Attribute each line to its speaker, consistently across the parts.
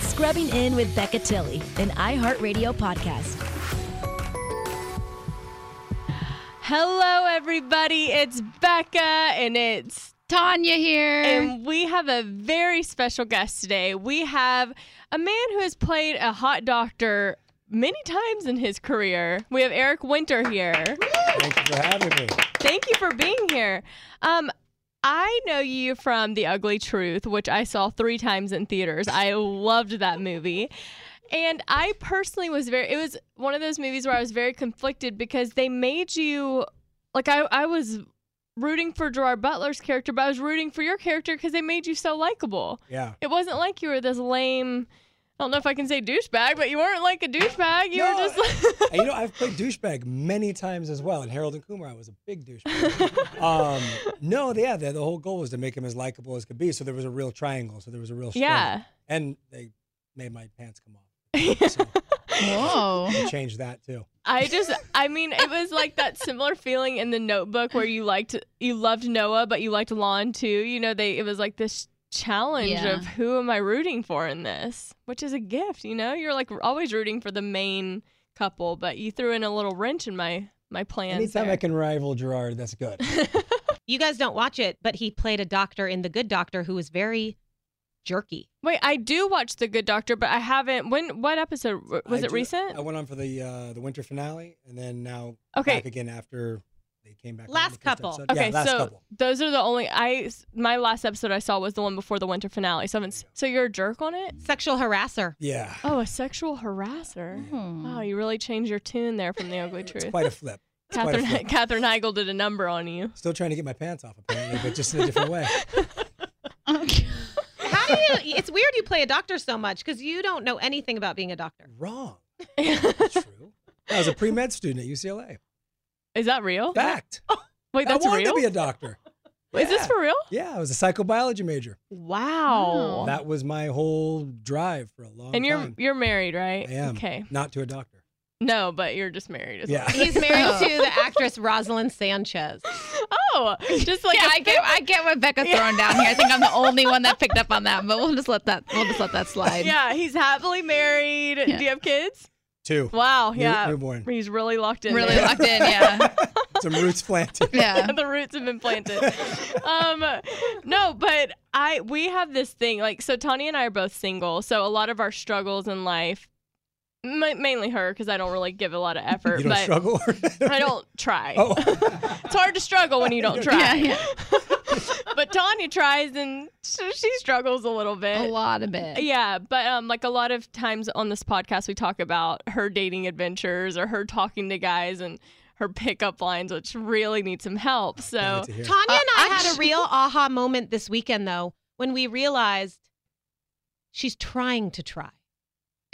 Speaker 1: Scrubbing in with Becca Tilly, an iHeartRadio podcast.
Speaker 2: Hello, everybody. It's Becca and it's
Speaker 3: Tanya here.
Speaker 2: and we have a very special guest today. We have a man who has played a hot doctor many times in his career. We have Eric Winter here.
Speaker 4: Thank you for having me.
Speaker 2: Thank you for being here. Um, I know you from The Ugly Truth, which I saw three times in theaters. I loved that movie. And I personally was very, it was one of those movies where I was very conflicted because they made you, like, I, I was rooting for Gerard Butler's character, but I was rooting for your character because they made you so likable.
Speaker 4: Yeah.
Speaker 2: It wasn't like you were this lame, I don't know if I can say douchebag, but you weren't like a douchebag. You
Speaker 4: No,
Speaker 2: were just like.
Speaker 4: And, you know, I've played douchebag many times as well. And Harold and Kumar, I was a big douchebag. um, no, yeah, the, the whole goal was to make him as likable as could be. So there was a real triangle. So there was a real struggle.
Speaker 2: Yeah.
Speaker 4: And they made my pants come off. So
Speaker 3: Whoa.
Speaker 4: they changed that too.
Speaker 2: I just, I mean, it was like that similar feeling in the Notebook where you liked, you loved Noah, but you liked Lon too. You know, they, it was like this challenge
Speaker 3: Yeah.
Speaker 2: of who am I rooting for in this, which is a gift. You know, you're like always rooting for the main couple, but you threw in a little wrench in my my plans.
Speaker 4: Anytime
Speaker 2: there.
Speaker 4: I can rival Gerard, that's good.
Speaker 5: You guys don't watch it, but he played a doctor in The Good Doctor who was very jerky.
Speaker 2: Wait, I do watch The Good Doctor, but I haven't. When? What episode was
Speaker 4: I
Speaker 2: it?
Speaker 4: do-
Speaker 2: recent?
Speaker 4: I went on for the uh, the winter finale, and then now
Speaker 2: Okay.
Speaker 4: back again after they came back. on
Speaker 5: Last
Speaker 4: the first
Speaker 5: couple.
Speaker 4: episode.
Speaker 2: Okay,
Speaker 4: yeah, last
Speaker 2: so
Speaker 4: couple.
Speaker 2: those are the only I. My last episode I saw was the one before the winter finale. So I haven't. s- So you're a jerk on it.
Speaker 5: Sexual harasser.
Speaker 4: Yeah,
Speaker 2: Oh, a sexual harasser.
Speaker 3: Hmm.
Speaker 2: Wow, you really changed your tune there from the ugly truth.
Speaker 4: Mm-hmm. quite a flip. It's quite a
Speaker 2: Catherine
Speaker 4: flip.
Speaker 2: Catherine Heigl did a number on you.
Speaker 4: Still trying to get my pants off, apparently, but just in a different way.
Speaker 5: How do you? It's weird you play a doctor so much because you don't know anything about being a doctor.
Speaker 4: Wrong. That's true. I was a pre med student at UCLA.
Speaker 2: Is Oh, that real?
Speaker 4: Fact.
Speaker 2: Wait, that's
Speaker 4: I wanted
Speaker 2: real.
Speaker 4: to be a doctor.
Speaker 2: Is this
Speaker 4: Yeah.
Speaker 2: for real?
Speaker 4: Yeah, I was a psychobiology major.
Speaker 2: Wow.
Speaker 4: That was my whole drive for a long
Speaker 2: and you're
Speaker 4: time.
Speaker 2: you're married, right?
Speaker 4: I am.
Speaker 2: Okay.
Speaker 4: Not to a doctor.
Speaker 2: No, but you're just married. As
Speaker 4: Yeah.
Speaker 5: He's married to the actress Rosalind Sanchez.
Speaker 2: Well. Oh, just like
Speaker 3: yeah,
Speaker 2: a
Speaker 3: I get I get what Becca throwing down here. I think I'm the only one that picked up on that, but we'll just let that we'll just let that slide.
Speaker 2: Yeah, he's happily married.
Speaker 3: Yeah.
Speaker 2: Do you have kids?
Speaker 4: Two.
Speaker 2: Wow.
Speaker 4: New-
Speaker 2: Yeah.
Speaker 4: newborn.
Speaker 2: He's really locked in.
Speaker 3: Really
Speaker 2: there.
Speaker 3: locked in, yeah.
Speaker 4: Some roots planted.
Speaker 3: Yeah.
Speaker 2: the roots have been planted. um, no, but I we have this thing like so. Tanya and I are both single, so a lot of our struggles in life, ma mainly her, because I don't really give a lot of effort.
Speaker 4: You don't
Speaker 2: but
Speaker 4: struggle?
Speaker 2: I don't try.
Speaker 4: Oh,
Speaker 2: It's hard to struggle when you don't try.
Speaker 3: Yeah, yeah.
Speaker 2: But Tanya tries, and so she struggles a little bit.
Speaker 3: A lot of it.
Speaker 2: Yeah, but um, like a lot of times on this podcast, we talk about her dating adventures or her talking to guys and her pickup lines, which really need some help. So
Speaker 4: Glad to hear.
Speaker 5: Tanya and I
Speaker 3: Uh,
Speaker 5: had a
Speaker 3: actu-
Speaker 5: real aha moment this weekend though when we realized she's trying to try.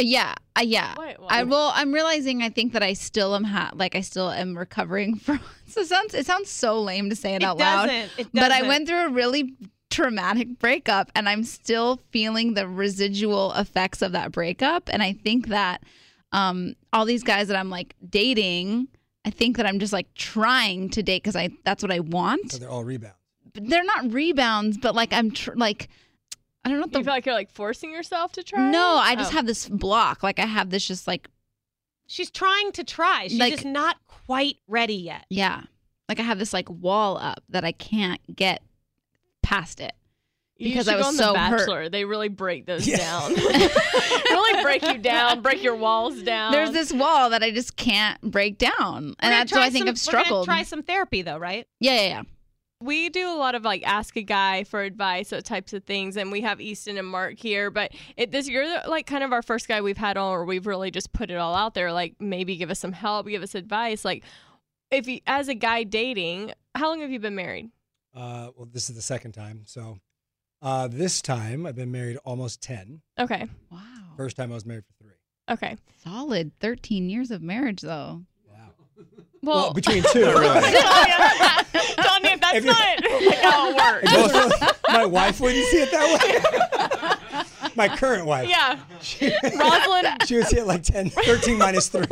Speaker 3: Yeah. uh, yeah.
Speaker 2: Wait, what?
Speaker 3: I will. I'm realizing. I think that I still am ha- like I still am recovering from. So it sounds it sounds so lame to say it, out loud.
Speaker 5: doesn't. It
Speaker 3: But I
Speaker 5: doesn't.
Speaker 3: went through a really traumatic breakup, and I'm still feeling the residual effects of that breakup. And I think that um, all these guys that I'm like dating, I think that I'm just like trying to date because I that's what I
Speaker 4: So
Speaker 3: want.
Speaker 4: they're all rebounds.
Speaker 3: But they're not rebounds, but like I'm tr- like I don't know what the
Speaker 2: you feel like you're like forcing yourself to try?
Speaker 3: no. I just
Speaker 2: Oh.
Speaker 3: have this block. Like I have this just like
Speaker 5: She's trying to try. She's
Speaker 3: Like-
Speaker 5: just not quite ready yet.
Speaker 3: Yeah. Like I have this like wall up that I can't get past it.
Speaker 2: You
Speaker 3: because
Speaker 2: should
Speaker 3: I
Speaker 2: go
Speaker 3: was
Speaker 2: on
Speaker 3: so
Speaker 2: the
Speaker 3: hurt.
Speaker 2: Bachelor. They really break those
Speaker 4: Yeah.
Speaker 2: down. really break you down, break your walls down.
Speaker 3: There's this wall that I just can't break down.
Speaker 5: We're
Speaker 3: And
Speaker 5: gonna
Speaker 3: that's why
Speaker 5: try
Speaker 3: I think
Speaker 5: some-
Speaker 3: I've
Speaker 5: we're gonna
Speaker 3: struggled.
Speaker 5: Try some therapy though, right?
Speaker 3: yeah, yeah, yeah.
Speaker 2: we do a lot of like ask a guy for advice, those types of things, and we have Easton and Mark here. But it, this you're the- like kind of our first guy we've had on, or we've really just put it all out there. Like maybe give us some help, give us advice. Like if you, as a guy dating, how long have you been married?
Speaker 4: Uh, well, this is the second time. So uh, this time I've been married almost 10.
Speaker 2: Okay,
Speaker 3: Wow.
Speaker 4: First time I was married for three.
Speaker 2: okay.
Speaker 3: Solid 13 years of marriage though.
Speaker 4: Wow.
Speaker 2: Well,
Speaker 4: Well, between two. really.
Speaker 2: Tanya, Tanya, that's
Speaker 4: If you-
Speaker 2: not like, how it works.
Speaker 4: It goes really- my wife wouldn't see it that way. my current wife.
Speaker 2: Yeah,
Speaker 4: She,
Speaker 2: Rosalind,
Speaker 4: she would see it like 10, 13 minus 3.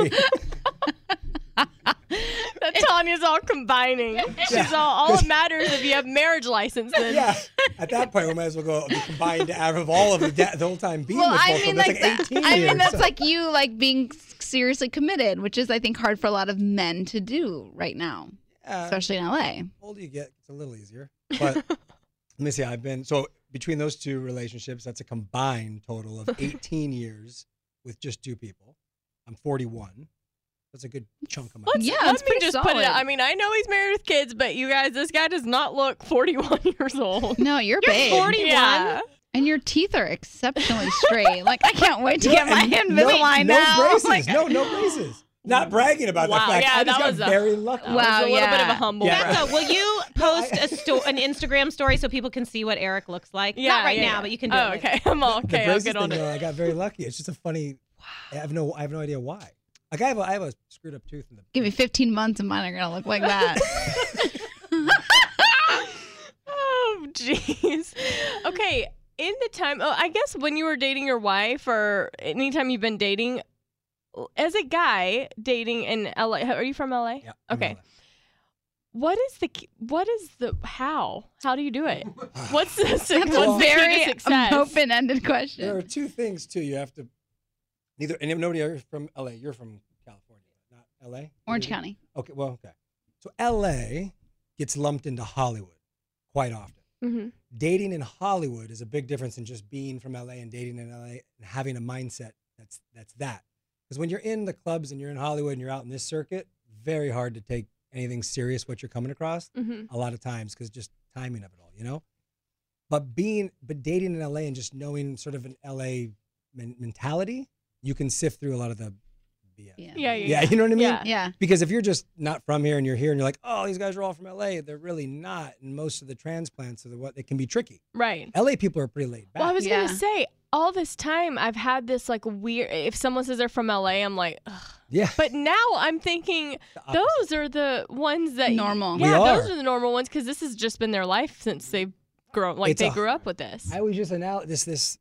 Speaker 2: That Tanya's all combining. She's
Speaker 4: Yeah.
Speaker 2: all all it matters if you have marriage license then
Speaker 4: Yeah. At that point, we might as well go the combined average of all of the, da- the whole time being
Speaker 3: well,
Speaker 4: with both
Speaker 3: I
Speaker 4: of
Speaker 3: mean,
Speaker 4: them.
Speaker 3: like,
Speaker 4: That's like 18
Speaker 3: that- I
Speaker 4: years.
Speaker 3: mean, that's like you like being seriously committed, which is I think hard for a lot of men to do right now,
Speaker 4: Yeah.
Speaker 3: especially in LA.
Speaker 4: uh, The older you get, it's a little easier. But let me see. I've been so between those two relationships, that's a combined total of 18 years with just two people. I'm 41. That's a good chunk of my.
Speaker 3: Yeah,
Speaker 2: Let
Speaker 3: it's
Speaker 2: me
Speaker 3: pretty
Speaker 2: just
Speaker 3: solid.
Speaker 2: put it out. I mean, I know he's married with kids, but you guys, this guy does not look 41 years old.
Speaker 3: No, you're,
Speaker 5: You're
Speaker 3: big,
Speaker 5: 41?
Speaker 2: Yeah.
Speaker 3: and your teeth are exceptionally straight. like I can't wait to get my
Speaker 4: And
Speaker 3: Invisalign
Speaker 4: no,
Speaker 3: now.
Speaker 4: No braces.
Speaker 3: Like,
Speaker 4: no, no braces. Not bragging about
Speaker 2: Wow,
Speaker 4: the fact.
Speaker 2: yeah,
Speaker 4: I just
Speaker 2: that
Speaker 4: got
Speaker 2: was a-
Speaker 4: very lucky.
Speaker 2: That
Speaker 3: Wow.
Speaker 2: was a little bit of a
Speaker 3: yeah.
Speaker 2: humble
Speaker 4: Yeah.
Speaker 2: brag.
Speaker 5: Becca, will you post a sto- an Instagram story so people can see what Eric looks like? Not right
Speaker 2: yeah,
Speaker 5: now,
Speaker 2: yeah.
Speaker 5: but you can do
Speaker 2: oh,
Speaker 5: it.
Speaker 2: okay. I'm all
Speaker 4: the
Speaker 2: okay. I'll
Speaker 4: braces
Speaker 2: get
Speaker 4: thing,
Speaker 2: on it.
Speaker 4: though, I got very lucky. It's just a funny. I have no. I have no idea why. Like I have a, I have a screwed up tooth in the.
Speaker 3: Give me 15 months, and mine are gonna look like that.
Speaker 2: Oh, jeez. Okay. In the time, oh, I guess when you were dating your wife or anytime you've been dating, as a guy dating in LA, are you from LA?
Speaker 4: Yeah,
Speaker 2: Okay. What is the, key- what is the, how? How do you do it? What's the, what's
Speaker 3: That's
Speaker 2: the
Speaker 3: a
Speaker 2: key to
Speaker 4: um,
Speaker 3: very um,
Speaker 2: success?
Speaker 3: open-ended question.
Speaker 4: There are two things too. You have to neither and nobody are from LA. You're from California, not LA.
Speaker 3: Orange
Speaker 4: You're-
Speaker 3: County.
Speaker 4: Okay, well, okay. So LA gets lumped into Hollywood quite often.
Speaker 2: Mhm.
Speaker 4: Dating in Hollywood is a big difference than just being from LA and dating in LA and having a mindset that's that's that. Because when you're in the clubs and you're in Hollywood and you're out in this circuit, very hard to take anything serious what you're coming across
Speaker 2: Mhm.
Speaker 4: a lot of times because just timing of it all, you know. But being, but dating in LA and just knowing sort of an LA men- mentality, you can sift through a lot of the BS. Yeah.
Speaker 2: Yeah,
Speaker 3: Yeah.
Speaker 2: yeah,
Speaker 4: you know what I mean.
Speaker 2: Yeah.
Speaker 3: Yeah.
Speaker 4: Because if you're just not from here and you're here and you're like, oh, these guys are all from LA, they're really not. And most of the transplants are the what they can be tricky.
Speaker 2: Right.
Speaker 4: LA people are pretty laid back.
Speaker 2: Well, I was
Speaker 3: Yeah.
Speaker 2: gonna say all this time I've had this like weird. If someone says they're from LA, I'm like, Ugh.
Speaker 4: yeah,
Speaker 2: but now I'm thinking
Speaker 4: the opposite.
Speaker 2: those are the ones that
Speaker 3: Normal.
Speaker 2: Yeah,
Speaker 4: We
Speaker 2: those
Speaker 4: are.
Speaker 2: are the normal ones because this has just been their life since they grown like
Speaker 4: It's
Speaker 2: they
Speaker 4: a-
Speaker 2: grew up with this.
Speaker 4: I was just anal- this this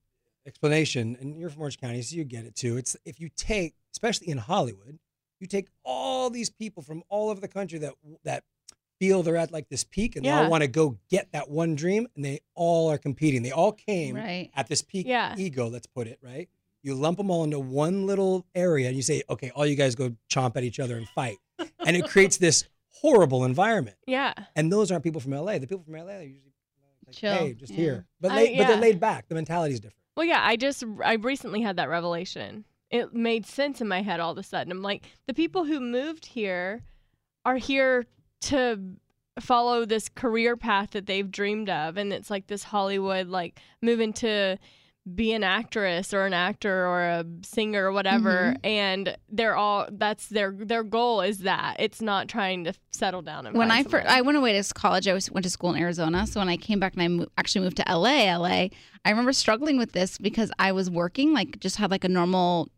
Speaker 4: explanation, and you're from Orange County, so you get it too. It's if you take, especially in Hollywood, you take all these people from all over the country that that feel they're at like this peak, and they
Speaker 2: Yeah.
Speaker 4: all want to go get that one dream, and they all are competing. They all came
Speaker 3: Right.
Speaker 4: at this peak
Speaker 2: Yeah.
Speaker 4: ego, let's put it right. You lump them all into one little area, and you say, okay, all you guys go chomp at each other and fight, and it creates this horrible environment.
Speaker 2: yeah,
Speaker 4: And those aren't people from LA. The people from LA are usually like,
Speaker 3: Chill,
Speaker 4: hey, just
Speaker 3: yeah.
Speaker 4: here. But,
Speaker 2: I-
Speaker 4: lay, but
Speaker 2: yeah.
Speaker 4: they're laid back. The mentality's different.
Speaker 2: well, yeah. I just I recently had that revelation. It made sense in my head all of a sudden. I'm like, the people who moved here are here to follow this career path that they've dreamed of, and it's like this Hollywood like moving to be an actress or an actor or a singer or whatever
Speaker 3: Mm-hmm.
Speaker 2: and they're all that's their their goal is that it's not trying to settle down and
Speaker 3: when
Speaker 2: find
Speaker 3: I first,
Speaker 2: somebody.
Speaker 3: I went away to college. I was, went to school in Arizona. So when I came back and I mo- actually moved to LA, LA, I remember struggling with this because I was working like just had like a normal,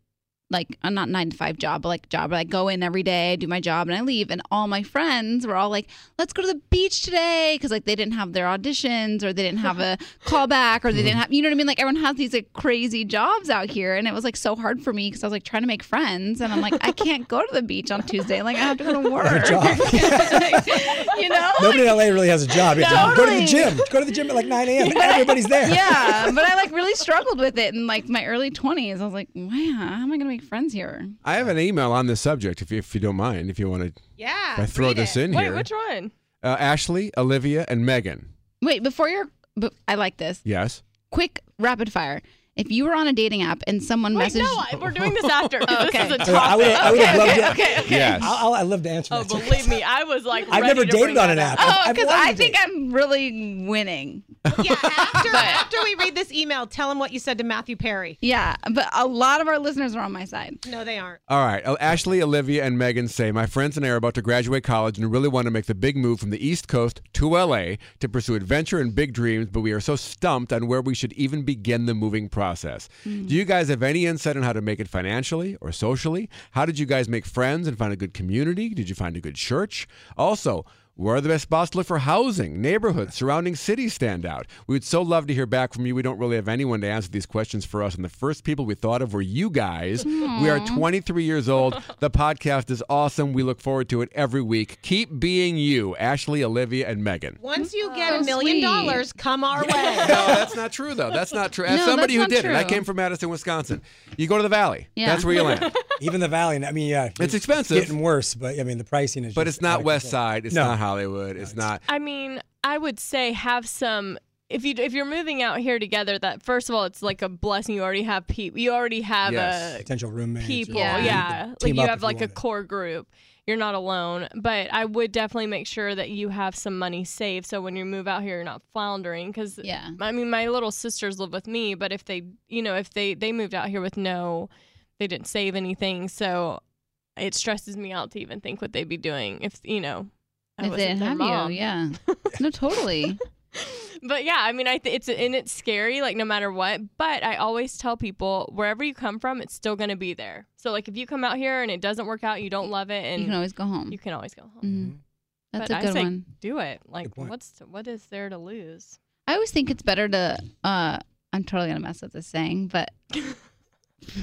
Speaker 3: like a not nine to five job, but like job. where I go in every day, do my job, and I leave. And all my friends were all like, "Let's go to the beach today," because like they didn't have their auditions or they didn't have a callback or they
Speaker 4: Mm-hmm.
Speaker 3: didn't have, you know what I mean? Like everyone has these like crazy jobs out here, and it was like so hard for me because I was like trying to make friends, and I'm like, I can't go to the beach on Tuesday. Like I have to go to
Speaker 4: Have
Speaker 3: work.
Speaker 4: a job.
Speaker 3: you know?
Speaker 4: Nobody in LA really has a job. You have to Go to
Speaker 3: Totally.
Speaker 4: the gym. Go to the gym at like 9 a.m. Everybody's there.
Speaker 3: yeah, but I like really struggled with it in like my early 20s. I was like, wow, how am I going to make friends here?
Speaker 6: I have an email on this subject, if you, if you don't mind, if you want to
Speaker 5: Yeah.
Speaker 6: I throw
Speaker 5: Uh, read
Speaker 6: this
Speaker 5: it.
Speaker 6: in
Speaker 2: wait
Speaker 6: here.
Speaker 2: which one
Speaker 6: uh, Ashley, Olivia, and Megan.
Speaker 3: Wait, before your, but I like this.
Speaker 6: Yes.
Speaker 3: Quick rapid fire. If you were on a dating app and someone
Speaker 2: Wait,
Speaker 3: messaged,
Speaker 2: no, I- we're doing this after.
Speaker 3: Oh, okay.
Speaker 2: This is a
Speaker 4: I, mean, I
Speaker 2: topic.
Speaker 4: would I would have loved to.
Speaker 6: Yes.
Speaker 5: Uh-huh.
Speaker 4: I'll, I'll, I'd love to answer
Speaker 2: oh,
Speaker 4: that. too.
Speaker 2: believe me, I was like,
Speaker 4: I've
Speaker 2: ready
Speaker 4: never
Speaker 2: to
Speaker 4: dated
Speaker 2: bring
Speaker 4: on
Speaker 2: that
Speaker 4: an
Speaker 2: up.
Speaker 4: app.
Speaker 3: oh,
Speaker 4: I've
Speaker 3: because
Speaker 4: wanted
Speaker 3: I
Speaker 4: to
Speaker 3: think
Speaker 4: date.
Speaker 3: I'm really winning.
Speaker 5: Yeah, after, after we read this email, tell him what you said to Matthew Perry.
Speaker 3: Yeah, but a lot of our listeners are on my side.
Speaker 5: No, they aren't.
Speaker 6: All right. Uh, Ashley, Olivia, and Megan say My friends and I are about to graduate college and really want to make the big move from the East Coast to LA to pursue adventure and big dreams, but we are so stumped on where we should even begin the moving process.
Speaker 5: Mm.
Speaker 6: Do you guys have any insight on how to make it financially or socially? How did you guys make friends and find a good community? Did you find a good church? Also, Where are the best spots to look for housing? Neighborhoods, surrounding cities stand out. We would so love to hear back from you. We don't really have anyone to answer these questions for us. And the first people we thought of were you guys. We are 23 years old. The podcast is awesome. We look forward to it every week. Keep being you, Ashley, Olivia, and Megan.
Speaker 5: Once you get
Speaker 3: So
Speaker 5: a million
Speaker 3: Oh, sweet.
Speaker 5: dollars, come our way.
Speaker 6: No, that's not true, though. That's not true. As
Speaker 3: No,
Speaker 6: somebody
Speaker 3: that's
Speaker 6: who
Speaker 3: not
Speaker 6: did it, I
Speaker 3: true.
Speaker 6: came from Madison, Wisconsin. You go to the valley.
Speaker 3: Yeah.
Speaker 6: That's where you land.
Speaker 4: Even the Valley. I mean, yeah,
Speaker 6: It's expensive.
Speaker 4: getting worse, but I mean, the pricing is.
Speaker 6: But
Speaker 4: just
Speaker 6: it's
Speaker 4: out
Speaker 6: not
Speaker 4: of
Speaker 6: West
Speaker 4: control.
Speaker 6: Side. It's
Speaker 4: No.
Speaker 6: not Hollywood. It's not.
Speaker 2: I mean, I would say have some. If you if you're moving out here together, that first of all, it's like a blessing. You already have people. You already have
Speaker 6: Yes.
Speaker 2: a
Speaker 4: Potential roommates. or-
Speaker 2: people.
Speaker 3: Yeah.
Speaker 2: Yeah,
Speaker 3: You
Speaker 2: like
Speaker 4: team
Speaker 2: you
Speaker 4: up
Speaker 2: have
Speaker 4: if you
Speaker 2: like a
Speaker 4: want it.
Speaker 2: core group. You're not alone. But I would definitely make sure that you have some money saved, so when you move out here, you're not floundering. Because
Speaker 3: Yeah.
Speaker 2: I mean, my little sisters live with me, but if they, you know, if they they moved out here with no, they didn't save anything, so it stresses me out to even think what they'd be doing if you know. I
Speaker 3: If they
Speaker 2: wasn't
Speaker 3: didn't
Speaker 2: their
Speaker 3: have
Speaker 2: mom.
Speaker 3: you, yeah. No, totally.
Speaker 2: But yeah, I mean, I th- it's and it's scary, like no matter what. But I always tell people, wherever you come from, it's still gonna be there. So like, if you come out here and it doesn't work out, you don't love it, and
Speaker 3: you can always go home.
Speaker 2: always go home.
Speaker 3: Mhm. That's
Speaker 2: but
Speaker 3: a
Speaker 2: I
Speaker 3: good
Speaker 2: say
Speaker 3: one.
Speaker 2: Do it. Like,
Speaker 4: Good point.
Speaker 2: what's what is there to lose?
Speaker 3: I always think it's better to. uh I'm totally gonna mess up this saying, but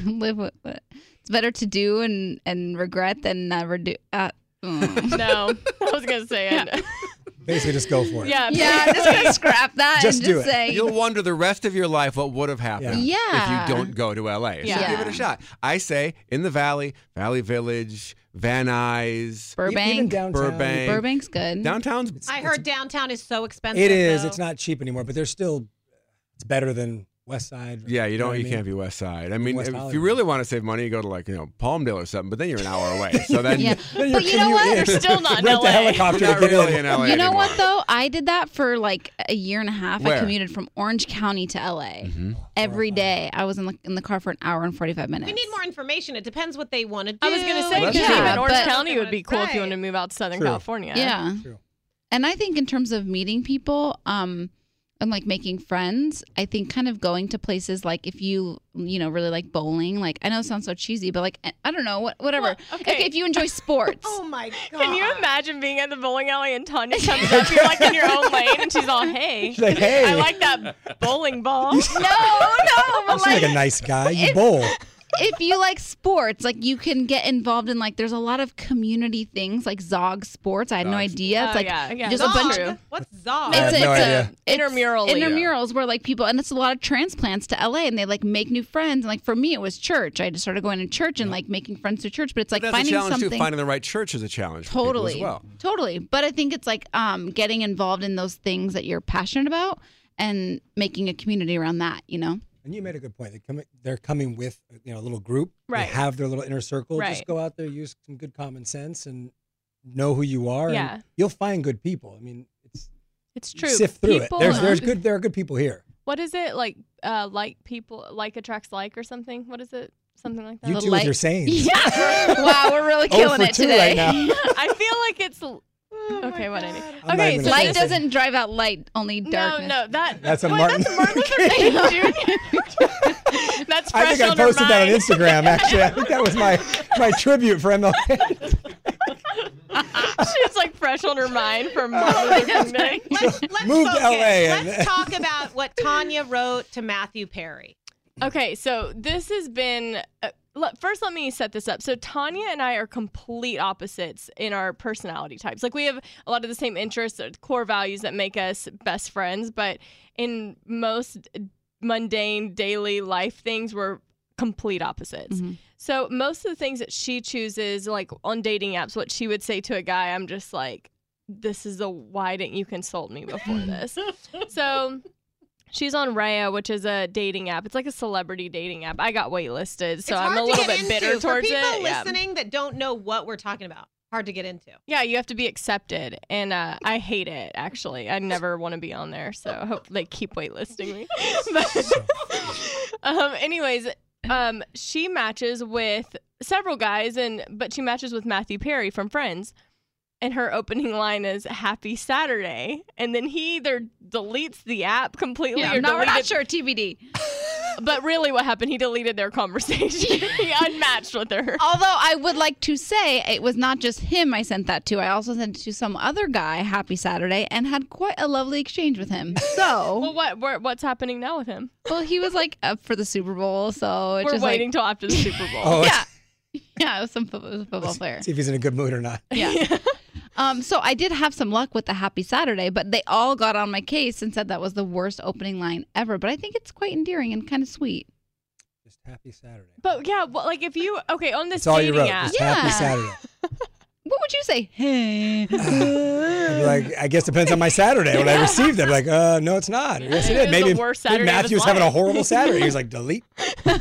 Speaker 3: live with it. It's better to do and and regret than never do. Uh, mm.
Speaker 2: No, I was gonna say it.
Speaker 4: Basically, just go for it. E-,
Speaker 2: Yeah,
Speaker 3: yeah, I'm just gonna scrap that
Speaker 4: Just
Speaker 3: and
Speaker 4: do
Speaker 3: just
Speaker 4: it.
Speaker 3: say
Speaker 6: You'll wonder the rest of your life what would have happened
Speaker 3: Yeah. Yeah.
Speaker 6: if you don't go to LA. So
Speaker 2: Yeah.
Speaker 6: give it a shot. I say in the Valley, Valley Village, Van
Speaker 3: Mm-hmm.
Speaker 4: E-
Speaker 6: Nuys,
Speaker 4: Even
Speaker 3: Burbank.
Speaker 4: downtown.
Speaker 6: Burbank.
Speaker 3: Burbank's good.
Speaker 6: downtown's
Speaker 4: It's-
Speaker 5: I
Speaker 4: it's-
Speaker 5: heard downtown is so expensive.
Speaker 4: It is.
Speaker 5: though.
Speaker 4: It's not cheap anymore, but there's still. It's better than West Side. or-
Speaker 6: Yeah, you
Speaker 4: know
Speaker 6: don't.
Speaker 4: what I
Speaker 6: you
Speaker 4: mean?
Speaker 6: can't be West Side. I mean,
Speaker 4: West
Speaker 6: if you
Speaker 4: Hollywood.
Speaker 6: really want to save money, you go to like you know Palmdale or something. But then you're an hour away. So then
Speaker 3: Yeah.
Speaker 4: Then
Speaker 3: But
Speaker 4: your
Speaker 3: you know
Speaker 4: commute
Speaker 3: what?
Speaker 4: is-
Speaker 3: They're
Speaker 2: still not in
Speaker 4: Rent the
Speaker 2: LA.
Speaker 4: helicopter
Speaker 6: you're not
Speaker 4: to get
Speaker 6: really
Speaker 4: in.
Speaker 6: in LA.
Speaker 3: You know what
Speaker 6: anymore.
Speaker 3: though? I did that for like a year and a half.
Speaker 6: Where?
Speaker 3: I commuted from Orange County to LA
Speaker 4: Mm-hmm.
Speaker 6: Mhm.
Speaker 3: every
Speaker 4: Horrifying.
Speaker 3: day. I was in the, in the car for an hour and forty five minutes.
Speaker 5: We need more information. It depends what they want to do.
Speaker 2: I was gonna say
Speaker 6: Well, that's
Speaker 2: because
Speaker 6: true.
Speaker 2: even Orange
Speaker 3: but-
Speaker 2: County would be cool if you
Speaker 5: Right.
Speaker 2: want to move out to Southern
Speaker 4: True.
Speaker 2: California.
Speaker 3: Yeah.
Speaker 4: True.
Speaker 3: And I think in terms of meeting people, um, and like making friends, I think kind of going to places like if you you know really like bowling, like I know it sounds so cheesy, but like eh, I- I don't know what whatever.
Speaker 2: Well,
Speaker 3: If-
Speaker 2: okay.
Speaker 3: If, you enjoy sports,
Speaker 5: Oh my god!
Speaker 2: Can you imagine being at the bowling alley and Tanya comes up, you're like in your own lane, and she's all, "Hey,
Speaker 4: She's like, hey.
Speaker 2: I like that bowling ball."
Speaker 3: no, no,
Speaker 4: You
Speaker 3: but
Speaker 4: seem like
Speaker 3: like
Speaker 4: a nice guy. You bowl.
Speaker 3: if you like sports, like you can get involved in like there's a lot of community things like Zog Sports. I had no
Speaker 6: Zog
Speaker 3: idea. It's
Speaker 2: Oh,
Speaker 3: like
Speaker 2: yeah, yeah.
Speaker 3: just a
Speaker 5: Zog?
Speaker 3: bunch.
Speaker 2: True.
Speaker 5: What's Zog?
Speaker 4: I have
Speaker 3: It's, a-
Speaker 4: no
Speaker 3: it's a-
Speaker 4: idea.
Speaker 3: it's
Speaker 2: Intramural league.
Speaker 3: intramurals where like people, and it's a lot of transplants to LA, and they like make new friends. And like for me, it was church. I just started going to church and like making friends through church. But it's like
Speaker 6: That's a
Speaker 3: finding
Speaker 6: challenge
Speaker 3: something
Speaker 6: too. Finding the right church is a challenge. for people as
Speaker 3: totally,
Speaker 6: well.
Speaker 3: totally. But I think it's like um, getting involved in those things that you're passionate about and making a community around that. You know,
Speaker 4: And you made a good point. They come, they're coming with you know a little group.
Speaker 2: Right.
Speaker 4: They have their little inner circle. Just
Speaker 2: Right.
Speaker 4: go out there, use some good common sense, and know who you are. and
Speaker 2: Yeah.
Speaker 4: you'll find good people. I mean, it's
Speaker 2: It's true.
Speaker 4: sift through
Speaker 2: People- uh,
Speaker 4: it. There's there's good there are good people here.
Speaker 2: What is it like? Uh, like people like attracts like or something. What is it? Something like that.
Speaker 4: You
Speaker 3: The
Speaker 4: two with
Speaker 3: light-
Speaker 4: your saying.
Speaker 3: yeah. wow, we're really
Speaker 4: Oh,
Speaker 3: killing
Speaker 4: for
Speaker 3: it
Speaker 4: two
Speaker 3: today.
Speaker 4: right now.
Speaker 2: I feel like it's l-
Speaker 5: Oh my
Speaker 2: okay. What I
Speaker 5: God.
Speaker 2: need.
Speaker 4: not
Speaker 2: Okay,
Speaker 4: even
Speaker 2: so
Speaker 4: gonna
Speaker 3: Light
Speaker 2: this-
Speaker 4: say
Speaker 3: doesn't drive out light, only darkness.
Speaker 2: no, no, that
Speaker 4: That's a
Speaker 2: wait,
Speaker 4: Martin
Speaker 2: That's Martin Luther King Jr. that's fresh
Speaker 4: I think I
Speaker 2: on her
Speaker 4: posted that on
Speaker 2: mind.
Speaker 4: Instagram. Actually, I think that was my my tribute for MLK.
Speaker 2: She's like fresh on her mind from Martin Luther King Day.
Speaker 5: Let's, let's
Speaker 4: Move to
Speaker 5: focus.
Speaker 4: LA and-
Speaker 5: Let's talk about what Tanya wrote to Matthew Perry.
Speaker 2: Okay, so this has been. Uh, le- First, let me set this up. So, Tanya and I are complete opposites in our personality types. Like, we have a lot of the same interests, or core values that make us best friends, but in most mundane daily life things, we're complete opposites.
Speaker 5: Mm-hmm.
Speaker 3: Mhm.
Speaker 2: So, most of the things that she chooses, like on dating apps, what she would say to a guy, I'm just like, this is a why didn't you consult me before this? so she's on Raya, which is a dating app. It's like a celebrity dating app. I got waitlisted, so
Speaker 5: it's
Speaker 2: I'm
Speaker 5: hard
Speaker 2: a
Speaker 5: to
Speaker 2: little
Speaker 5: get
Speaker 2: bit bitter
Speaker 5: into. For
Speaker 2: towards
Speaker 5: people
Speaker 2: it. Yeah.
Speaker 5: listening that don't know what we're talking about. Hard to get into.
Speaker 2: yeah, you have to be accepted, and uh, I hate it. Actually, I never want to be on there, so I hope they keep waitlisting me. But- um, anyways, um, she matches with several guys, and but she matches with Matthew Perry from Friends. And her opening line is "Happy Saturday," and then he either deletes the app completely
Speaker 3: Yeah,
Speaker 2: or
Speaker 3: no, we're
Speaker 2: deleted
Speaker 3: not sure. TBD.
Speaker 2: but really, what happened? He deleted their conversation. he unmatched with her.
Speaker 3: Although I would like to say it was not just him I sent that to. I also sent it to some other guy, Happy Saturday, and had quite a lovely exchange with him.
Speaker 2: Well,
Speaker 3: So,
Speaker 2: what, what what's happening now with him?
Speaker 3: well, he was like up for the Super Bowl, so it
Speaker 2: We're
Speaker 3: just
Speaker 2: waiting till after the Super Bowl.
Speaker 4: Oh,
Speaker 3: like yeah, yeah, it was some fo- it was a football player.
Speaker 4: see if he's in a good mood or not.
Speaker 3: Yeah. Um, so I did have some luck with the Happy Saturday, but they all got on my case and said that was the worst opening line ever. But I think it's quite endearing and kind of sweet.
Speaker 4: Just happy Saturday.
Speaker 2: But yeah, well, like if you okay on this
Speaker 4: That's all you
Speaker 2: dating
Speaker 4: wrote.
Speaker 2: app,
Speaker 4: Just
Speaker 3: Yeah.
Speaker 4: happy Saturday.
Speaker 3: What would you say? Hey.
Speaker 4: I'd be like, I guess depends on my Saturday when I received it. I'm like, uh, no, it's not. Yes, it
Speaker 2: It
Speaker 4: is.
Speaker 2: was
Speaker 4: Maybe,
Speaker 2: the worst
Speaker 4: maybe
Speaker 2: Saturday of his
Speaker 4: Matthew was having a
Speaker 2: life.
Speaker 4: horrible Saturday. He was like, delete. you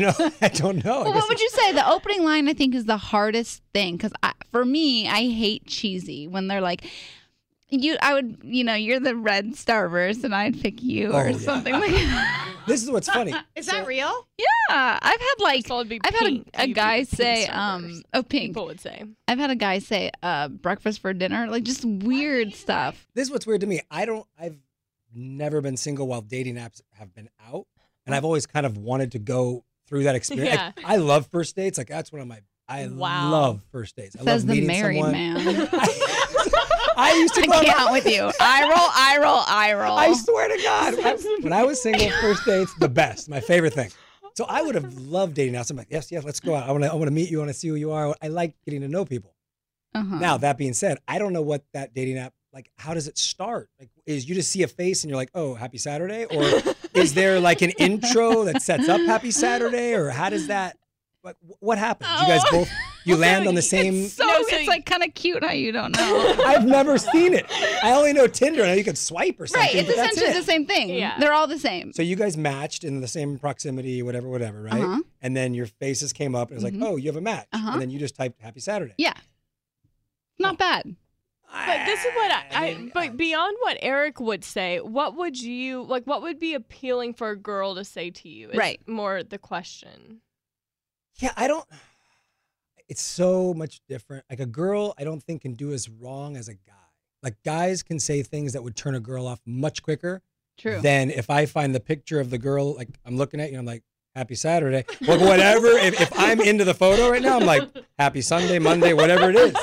Speaker 4: know, I don't know. I
Speaker 3: Well,
Speaker 4: guess
Speaker 3: what would you say? The opening line I think is the hardest thing because for me, I hate cheesy when they're like, "You, I would, you know, you're the red starburst, and I'd pick you or
Speaker 4: Oh, yeah.
Speaker 3: something like that."
Speaker 4: This is what's funny.
Speaker 5: Is that real?
Speaker 3: yeah, I've had like.
Speaker 2: so it'd be
Speaker 3: I've had
Speaker 2: pink.
Speaker 3: a, a
Speaker 2: You'd be
Speaker 3: guy
Speaker 2: pink
Speaker 3: say,
Speaker 2: starburst,
Speaker 3: um, oh, pink.
Speaker 2: People would say.
Speaker 3: I've had a guy say, uh, breakfast for dinner, like just weird stuff.
Speaker 4: This is what's weird to me. I don't. I've never been single while dating apps have been out, and I've always kind of wanted to go through that experience. Like, I love first dates. Like that's one of my. I
Speaker 2: Wow.
Speaker 4: love first dates. I
Speaker 3: Says
Speaker 4: love
Speaker 3: the
Speaker 4: meeting
Speaker 3: married
Speaker 4: someone.
Speaker 3: man.
Speaker 4: I used to
Speaker 3: I
Speaker 4: go. on-
Speaker 3: can't with you. I roll, I roll, I roll.
Speaker 4: I swear to God, when I- when I was single, first dates the best, my favorite thing. So I would have loved dating apps. I'm like, yes, yes, let's go out. I want to. I want to meet you. I want to see who you are. I like getting to know people.
Speaker 3: Uh-huh.
Speaker 4: Now that being said, I don't know what that dating app like. How does it start? Like, is you just see a face and you're like, "Oh, happy Saturday," or is there like an intro that sets up Happy Saturday, or how does that? Like, wh- what happens? You guys
Speaker 3: Oh.
Speaker 4: both you land on the same.
Speaker 3: It's so,
Speaker 2: No, so
Speaker 3: it's
Speaker 2: y-
Speaker 3: like kind of cute how you don't know.
Speaker 4: I've never seen it. I only know Tinder. and you can swipe or something.
Speaker 3: Right, it's
Speaker 4: but that's
Speaker 3: essentially
Speaker 4: it.
Speaker 3: the same thing.
Speaker 2: Yeah.
Speaker 3: They're all the same.
Speaker 4: So you guys matched in the same proximity, whatever, whatever, right?
Speaker 3: Uh-huh.
Speaker 4: And then your faces came up, and it was
Speaker 3: Mhm.
Speaker 4: like, "Oh, you have a match,"
Speaker 3: Uh-huh.
Speaker 4: and then you just typed "Happy Saturday."
Speaker 3: Yeah. Not bad.
Speaker 2: But this is what I, I
Speaker 4: I-
Speaker 2: but beyond what Eric would say, what would you like what would be appealing for a girl to say to you? Is
Speaker 3: Right.
Speaker 2: More the question.
Speaker 4: Yeah, I don't. It's so much different. Like a girl, I don't think can do as wrong as a guy. Like guys can say things that would turn a girl off much quicker
Speaker 3: True.
Speaker 4: than if I find the picture of the girl. Like I'm looking at you, and I'm like, "Happy Saturday," or whatever. if, if I'm into the photo right now, I'm like, "Happy Sunday, Monday, whatever it is."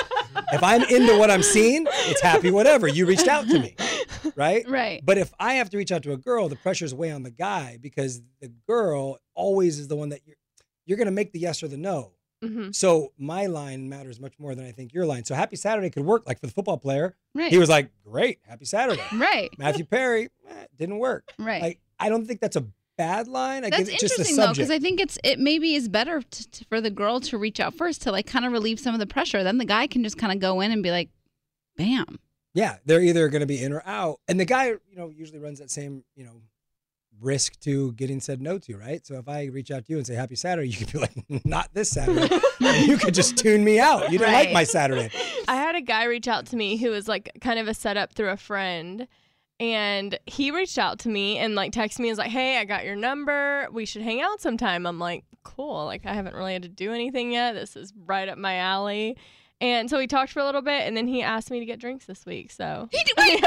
Speaker 4: If I'm into what I'm seeing, it's happy whatever. You reached out to me, right?
Speaker 3: right.
Speaker 4: But if I have to reach out to a girl, the pressure's way on the guy because the girl always is the one that you're you're gonna make the yes or the no.
Speaker 2: Mm-hmm.
Speaker 4: So my line matters much more than I think your line. So happy Saturday could work. Like for the football player,
Speaker 3: Right.
Speaker 4: he was like, Great, happy Saturday.
Speaker 3: right.
Speaker 4: Matthew Perry, eh, didn't work.
Speaker 3: Right.
Speaker 4: Like I don't think that's a bad line. I
Speaker 3: That's
Speaker 4: guess it's just the
Speaker 3: interesting though,
Speaker 4: subject.
Speaker 3: because I think it's it maybe is better t- t- for the girl to reach out first to like kind of relieve some of the pressure. Then the guy can just kind of go in and be like, "Bam,
Speaker 4: yeah, they're either gonna be in or out. And the guy, you know, usually runs that same, you know, risk to getting said no to, right? So if I reach out to you and say happy Saturday, you could be like, not this Saturday. And you could just tune me out. You don't
Speaker 3: Right.
Speaker 4: like my Saturday.
Speaker 2: I had a guy reach out to me who was like kind of a setup through a friend. And he reached out to me and like texted me and was like, Hey, I got your number. We should hang out sometime. I'm like, Cool. Like, I haven't really had to do anything yet. This is right up my alley. And so we talked for a little bit and then he asked me to get drinks this week. So,
Speaker 3: he did, wait,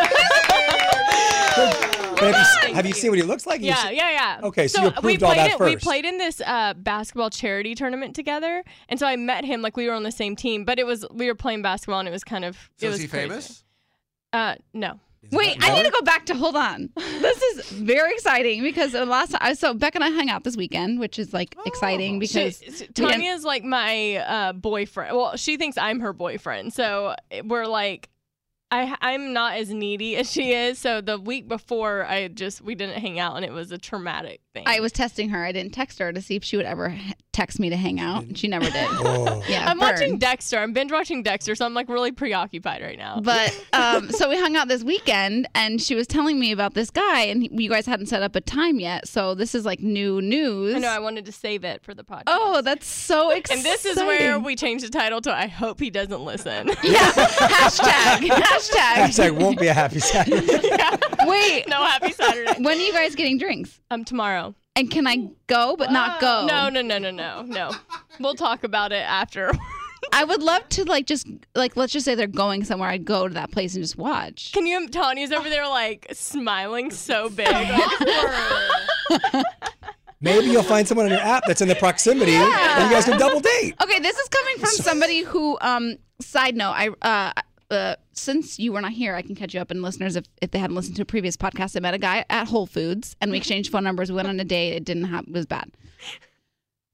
Speaker 3: Oh,
Speaker 4: But have, you,
Speaker 2: Thank
Speaker 4: have you
Speaker 2: you.
Speaker 4: seen what he looks like? You've
Speaker 2: yeah,
Speaker 4: seen-
Speaker 2: yeah, yeah.
Speaker 4: Okay, so you
Speaker 2: we
Speaker 4: approved all
Speaker 2: played
Speaker 4: that
Speaker 2: it, we
Speaker 4: first.
Speaker 2: played in this uh, basketball charity tournament together. And so I met him like we were on the same team, but it was, we were playing basketball and it was kind of, it
Speaker 6: So
Speaker 2: was
Speaker 6: is he
Speaker 2: crazy.
Speaker 6: famous?
Speaker 2: Uh, no.
Speaker 3: wait, I need to go back to hold on. This is very exciting because the last time, so Beck and I hung out this weekend, which is like exciting
Speaker 2: She,
Speaker 3: because
Speaker 2: Tanya is like my uh, boyfriend. Well, she thinks I'm her boyfriend, so eh, we're like, I I'm not as needy as she is. So the week before, I just we didn't hang out, and it was a traumatic thing.
Speaker 3: I was testing her. I didn't text her to see if she would ever h- text me to hang out. and She never did.
Speaker 4: Oh.
Speaker 3: Yeah,
Speaker 2: I'm
Speaker 3: burn.
Speaker 2: watching Dexter. I'm binge watching Dexter, so I'm like really preoccupied right now.
Speaker 3: But um, so we hung out this weekend, and she was telling me about this guy, and he- you guys hadn't set up a time yet, so this is like new news.
Speaker 2: I know I wanted to save it for the podcast.
Speaker 3: oh, that's so
Speaker 2: and
Speaker 3: exciting!
Speaker 2: this is where we change the title to "I hope he doesn't listen."
Speaker 3: yeah hashtag hashtag.
Speaker 4: Hashtag won't be a happy Saturday.
Speaker 3: Wait,
Speaker 2: no happy Saturday.
Speaker 3: when are you guys getting drinks?
Speaker 2: Um, tomorrow.
Speaker 3: And can I go but not go?
Speaker 2: Uh, No, no, no, no, no, no. We'll talk about it after.
Speaker 3: I would love to like just like let's just say they're going somewhere. I'd go to that place and just watch.
Speaker 2: Can you? Tanya's over there, like smiling so big. Like,
Speaker 4: Maybe you'll find someone on your app that's in the proximity and you guys can double date.
Speaker 3: Okay, this is coming from somebody who. Um, side note, I uh, uh, since you were not here, I can catch you up. And listeners, if, if they hadn't listened to a previous podcast, I met a guy at Whole Foods and we exchanged phone numbers. We went on a date. It didn't happen. It was bad.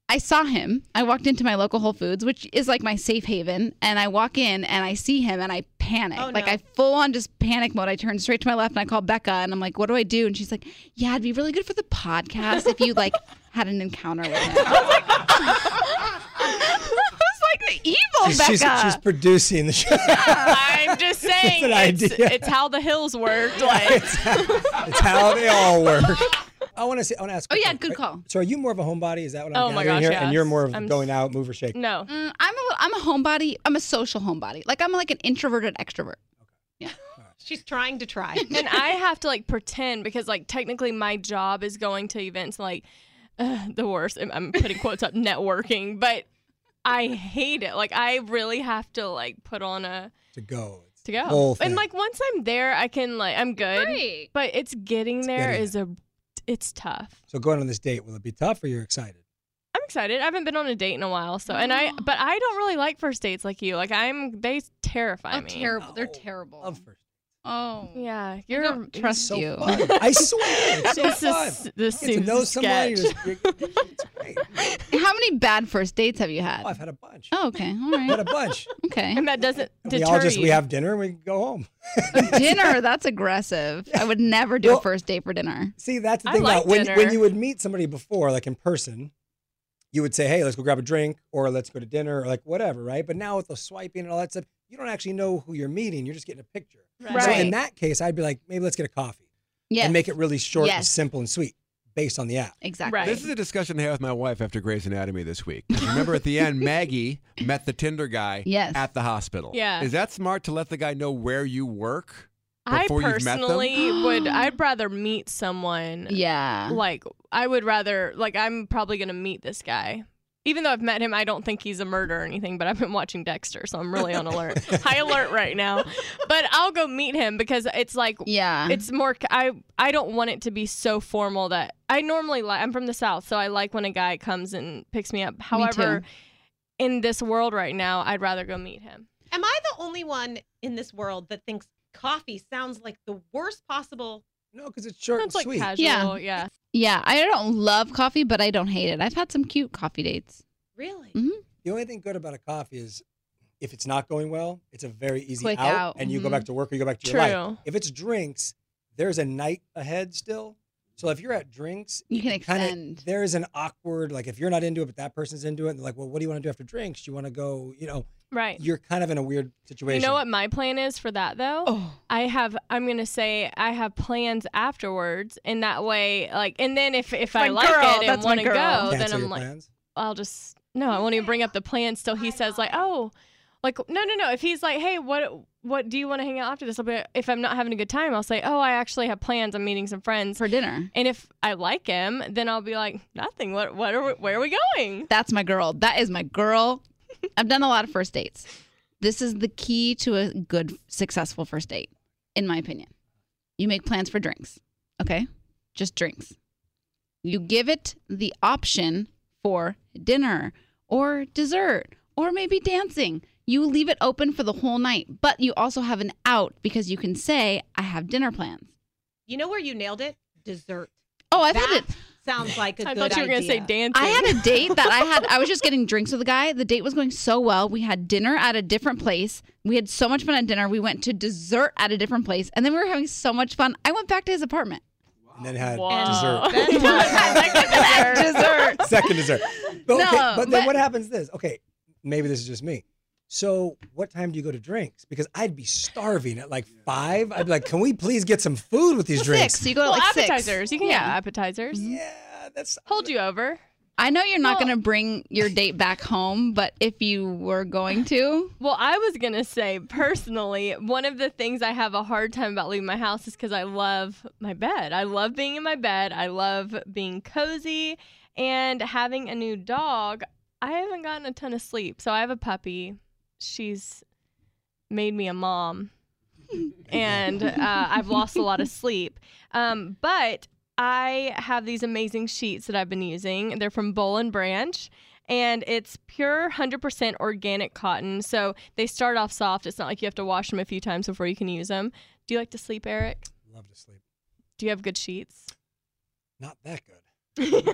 Speaker 3: I saw him. I walked into my local Whole Foods, which is like my safe haven, and I walk in and I see him and I panic.
Speaker 5: Oh,
Speaker 3: Like
Speaker 5: no.
Speaker 3: I full on just panic mode. I turn straight to my left and I call Becca and I'm like, "What do I do?" And she's like, "Yeah, it'd be really good for the podcast if you like had an encounter with him." I was like, I was like the evil
Speaker 4: She's,
Speaker 3: Becca.
Speaker 4: she's, she's producing the show.
Speaker 2: I'm just saying,
Speaker 4: an
Speaker 2: it's,
Speaker 4: idea.
Speaker 2: it's how the hills worked. Like,
Speaker 4: It's how they all work. I want to say, I want to ask.
Speaker 3: Oh,
Speaker 4: a
Speaker 3: yeah,
Speaker 4: quick-
Speaker 3: good call.
Speaker 4: So, are you more of a homebody? Is that what I'm
Speaker 2: Oh, my
Speaker 4: gathering
Speaker 2: gosh,
Speaker 4: here?
Speaker 2: yes.
Speaker 4: And you're more of
Speaker 2: I'm
Speaker 4: going
Speaker 2: s-
Speaker 4: out, move or shake.
Speaker 2: no,
Speaker 3: Mm, I'm a little, I'm a homebody. I'm a social homebody. Like I'm like an introverted extrovert.
Speaker 5: She's trying to try.
Speaker 2: and I have to like pretend because like technically my job is going to events like uh, the worst. I'm- I'm putting quotes up networking, but I hate it. Like I really have to like put on a
Speaker 4: To go. It's
Speaker 2: to
Speaker 4: the
Speaker 2: go.
Speaker 4: Whole thing.
Speaker 2: And like once I'm there, I can like I'm good.
Speaker 3: Right.
Speaker 2: But it's getting there
Speaker 4: getting
Speaker 2: is a it's tough.
Speaker 4: so, going on this date, will it be tough or you're excited?
Speaker 2: I'm excited. I haven't been on a date in a while, so and I but I don't really like first dates like you. Like I'm they terrify
Speaker 3: Oh,
Speaker 2: me.
Speaker 3: terrible. They're
Speaker 4: Oh,
Speaker 3: terrible.
Speaker 4: Love first.
Speaker 3: Oh.
Speaker 2: Yeah, you're
Speaker 3: don't trust
Speaker 4: So
Speaker 3: you.
Speaker 4: fun. I swear. It's so
Speaker 2: This
Speaker 4: fun.
Speaker 2: is this
Speaker 4: You get to
Speaker 2: seems
Speaker 4: know somebody.
Speaker 2: sketch.
Speaker 4: just- it's great.
Speaker 3: How many bad first dates have you had?
Speaker 4: Oh, I've had a bunch.
Speaker 3: Oh, okay. All
Speaker 4: I've had
Speaker 3: right.
Speaker 4: a bunch.
Speaker 3: Okay.
Speaker 2: and that doesn't
Speaker 4: And
Speaker 2: deter
Speaker 4: we all just
Speaker 2: you.
Speaker 4: we have dinner and we go home.
Speaker 3: dinner. That's aggressive. I would never do
Speaker 4: Well-
Speaker 3: a first date for dinner.
Speaker 4: See, that's the
Speaker 2: I
Speaker 4: thing
Speaker 2: like
Speaker 4: about when, when
Speaker 2: dinner.
Speaker 4: you would meet somebody before, like in person, you would say, hey, let's go grab a drink or let's go to dinner or like whatever, right? But now with the swiping and all that stuff, you don't actually know who you're meeting. You're just getting a picture. So
Speaker 2: Right.
Speaker 4: in that case, I'd be like, maybe let's get a coffee
Speaker 3: Yes.
Speaker 4: and make it really short and
Speaker 3: Yes.
Speaker 4: simple and sweet based on the app.
Speaker 3: exactly.
Speaker 2: Right.
Speaker 6: This is a discussion I had with my wife after Grey's Anatomy this week. Remember, at the end, Maggie met the Tinder guy
Speaker 3: Yes.
Speaker 6: at the hospital.
Speaker 2: Yeah.
Speaker 6: Is that smart to let the guy know where you work?
Speaker 2: I
Speaker 6: before you've met them?
Speaker 2: personally would. I'd rather meet someone.
Speaker 3: Yeah.
Speaker 2: Like I would rather. Like I'm probably gonna meet this guy. Even though I've met him, I don't think he's a murderer or anything. But I've been watching Dexter, so I'm really on alert, high alert right now. But I'll go meet him because it's like
Speaker 3: Yeah.
Speaker 2: it's more. I I don't want it to be so formal that I normally like. I'm from the south, so I like when a guy comes and picks me up. However,
Speaker 3: too.
Speaker 2: in this world right now, I'd rather go meet him.
Speaker 5: Am I the only one in this world that thinks coffee sounds like the worst possible?
Speaker 4: No, because it's short
Speaker 2: That's
Speaker 4: and
Speaker 2: like
Speaker 4: sweet.
Speaker 2: casual.
Speaker 3: Yeah.
Speaker 2: yeah.
Speaker 3: yeah. I don't love coffee, but I don't hate it. I've had some cute coffee dates.
Speaker 5: Really?
Speaker 2: Mm.
Speaker 4: The only thing good about a coffee is if it's not going well, it's a very easy
Speaker 3: Quick
Speaker 4: out,
Speaker 3: out,
Speaker 4: and you go
Speaker 3: mhm.
Speaker 4: back to work or you go back to your life.
Speaker 2: Mm-hmm. True.
Speaker 4: If it's drinks, there's a night ahead still. So if you're at drinks,
Speaker 3: You can
Speaker 4: kind
Speaker 3: extend.
Speaker 4: of there is an awkward like if you're not into it, but that person's into it, and they're like, well, what do you want to do after drinks? Do you want to go? You know,
Speaker 2: Right.
Speaker 4: you're kind of in a weird situation.
Speaker 2: You know what my plan is for that though?
Speaker 3: oh.
Speaker 2: I have I'm going to say I have plans afterwards and that way like and then if if I
Speaker 3: My
Speaker 2: like
Speaker 3: girl,
Speaker 2: it and
Speaker 3: that's my
Speaker 2: want to
Speaker 3: girl.
Speaker 2: go
Speaker 4: Cancel
Speaker 2: then I'm
Speaker 4: your
Speaker 2: like
Speaker 4: plans?
Speaker 2: I'll just no, I won't even bring up the plans till he says like, "Oh, like no, no, no." If he's like, "Hey, what what do you want to hang out after this?" I'll be if I'm not having a good time, I'll say, "Oh, I actually have plans. I'm meeting some friends."
Speaker 3: For dinner.
Speaker 2: And if I like him, then I'll be like, "Nothing. What what are we, where are we going?"
Speaker 3: That's my girl. That is my girl. I've done a lot of first dates. This is the key to a good, successful first date, in my opinion. You make plans for drinks, okay? Just drinks. You give it the option for dinner or dessert or maybe dancing. You leave it open for the whole night, but you also have an out because you can say, I have dinner plans.
Speaker 5: You know where you nailed it? Dessert.
Speaker 3: Oh, I've
Speaker 5: that
Speaker 3: had it.
Speaker 5: Sounds like a
Speaker 2: I
Speaker 5: good
Speaker 2: thought you were going to say
Speaker 5: idea.
Speaker 2: dancing.
Speaker 3: I had a date that I had. I was just getting drinks with a guy. The date was going so well. We had dinner at a different place. We had so much fun at dinner. We went to dessert at a different place, and then we were having so much fun. I went back to his apartment.
Speaker 4: And then had
Speaker 2: Wow.
Speaker 4: dessert.
Speaker 5: Then
Speaker 2: Like dessert.
Speaker 3: dessert.
Speaker 4: Second dessert. But, okay,
Speaker 3: No,
Speaker 4: but then
Speaker 3: but-
Speaker 4: what happens? This okay? Maybe this is just me. So what time do you go to drinks? Because I'd be starving at like five. I'd be like, can we please get some food with these drinks?
Speaker 3: Six. So you go to
Speaker 2: Well,
Speaker 3: like six.
Speaker 2: appetizers. You can have appetizers.
Speaker 4: Mm-hmm. Yeah, that's
Speaker 2: Hold you over.
Speaker 3: I know you're not
Speaker 2: Well-
Speaker 3: going to bring your date back home, but if you were going to,
Speaker 2: Well, I was gonna say personally, one of the things I have a hard time about leaving my house is because I love my bed. I love being in my bed. I love being cozy and having a new dog. I haven't gotten a ton of sleep, so I have a puppy. She's made me a mom, and uh, I've lost a lot of sleep. Um, but I have these amazing sheets that I've been using. They're from Bowl and Branch, and it's pure 100% organic cotton. So they start off soft. It's not like you have to wash them a few times before you can use them. Do you like to sleep, Eric?
Speaker 4: Love to sleep.
Speaker 2: Do you have good sheets?
Speaker 4: Not that good.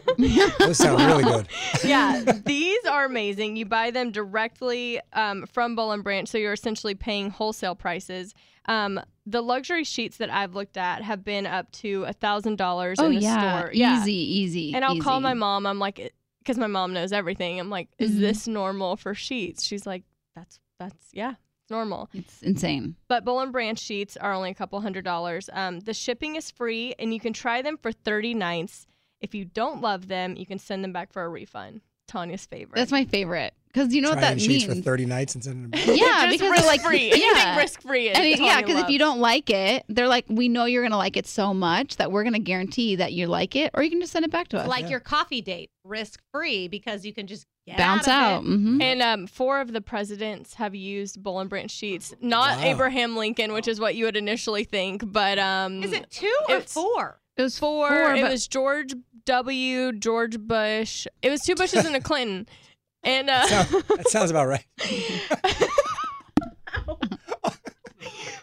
Speaker 4: Those sound really good.
Speaker 2: yeah, these are amazing. You buy them directly um, from Bowl and Branch, so you're essentially paying wholesale prices. Um, the luxury sheets that I've looked at have been up to a thousand dollars
Speaker 3: oh
Speaker 2: in the
Speaker 3: yeah,
Speaker 2: store.
Speaker 3: easy, easy.
Speaker 2: and I'll call
Speaker 3: easy.
Speaker 2: my mom. I'm like, because my mom knows everything. I'm like, is
Speaker 3: Mhm.
Speaker 2: this normal for sheets? She's like, that's that's yeah, it's normal.
Speaker 3: It's insane.
Speaker 2: But Bowl and Branch sheets are only a couple hundred dollars. Um, the shipping is free, and you can try them for 30 nights. If you don't love them, you can send them back for a refund. Tanya's favorite.
Speaker 3: That's my favorite because you know what
Speaker 4: Trying
Speaker 3: that
Speaker 4: sheets
Speaker 3: means.
Speaker 4: for 30 nights and sending them back.
Speaker 3: yeah,
Speaker 2: Just
Speaker 3: because they're like
Speaker 2: risk-free. Anything
Speaker 3: yeah,
Speaker 2: risk free is
Speaker 3: And it- yeah,
Speaker 2: Tanya
Speaker 3: because if you
Speaker 2: loves.
Speaker 3: don't like it, they're like, we know you're gonna like it so much that we're gonna guarantee that you like it, or you can just send it back to us.
Speaker 5: Like
Speaker 4: Yeah.
Speaker 5: your coffee date, risk free because you can just get
Speaker 3: bounce out.
Speaker 5: out. of it.
Speaker 3: hmm
Speaker 2: And um, four of the presidents have used Bowl and Branch sheets, not
Speaker 4: Wow.
Speaker 2: Abraham Lincoln, which is what you would initially think, but um,
Speaker 5: Is it two or
Speaker 2: It's-
Speaker 5: four?
Speaker 3: It was
Speaker 2: four?
Speaker 3: Four,
Speaker 2: it
Speaker 3: but-
Speaker 2: was George W. George Bush. It was two Bushes and a Clinton. And uh,
Speaker 4: Sound- that sounds about right.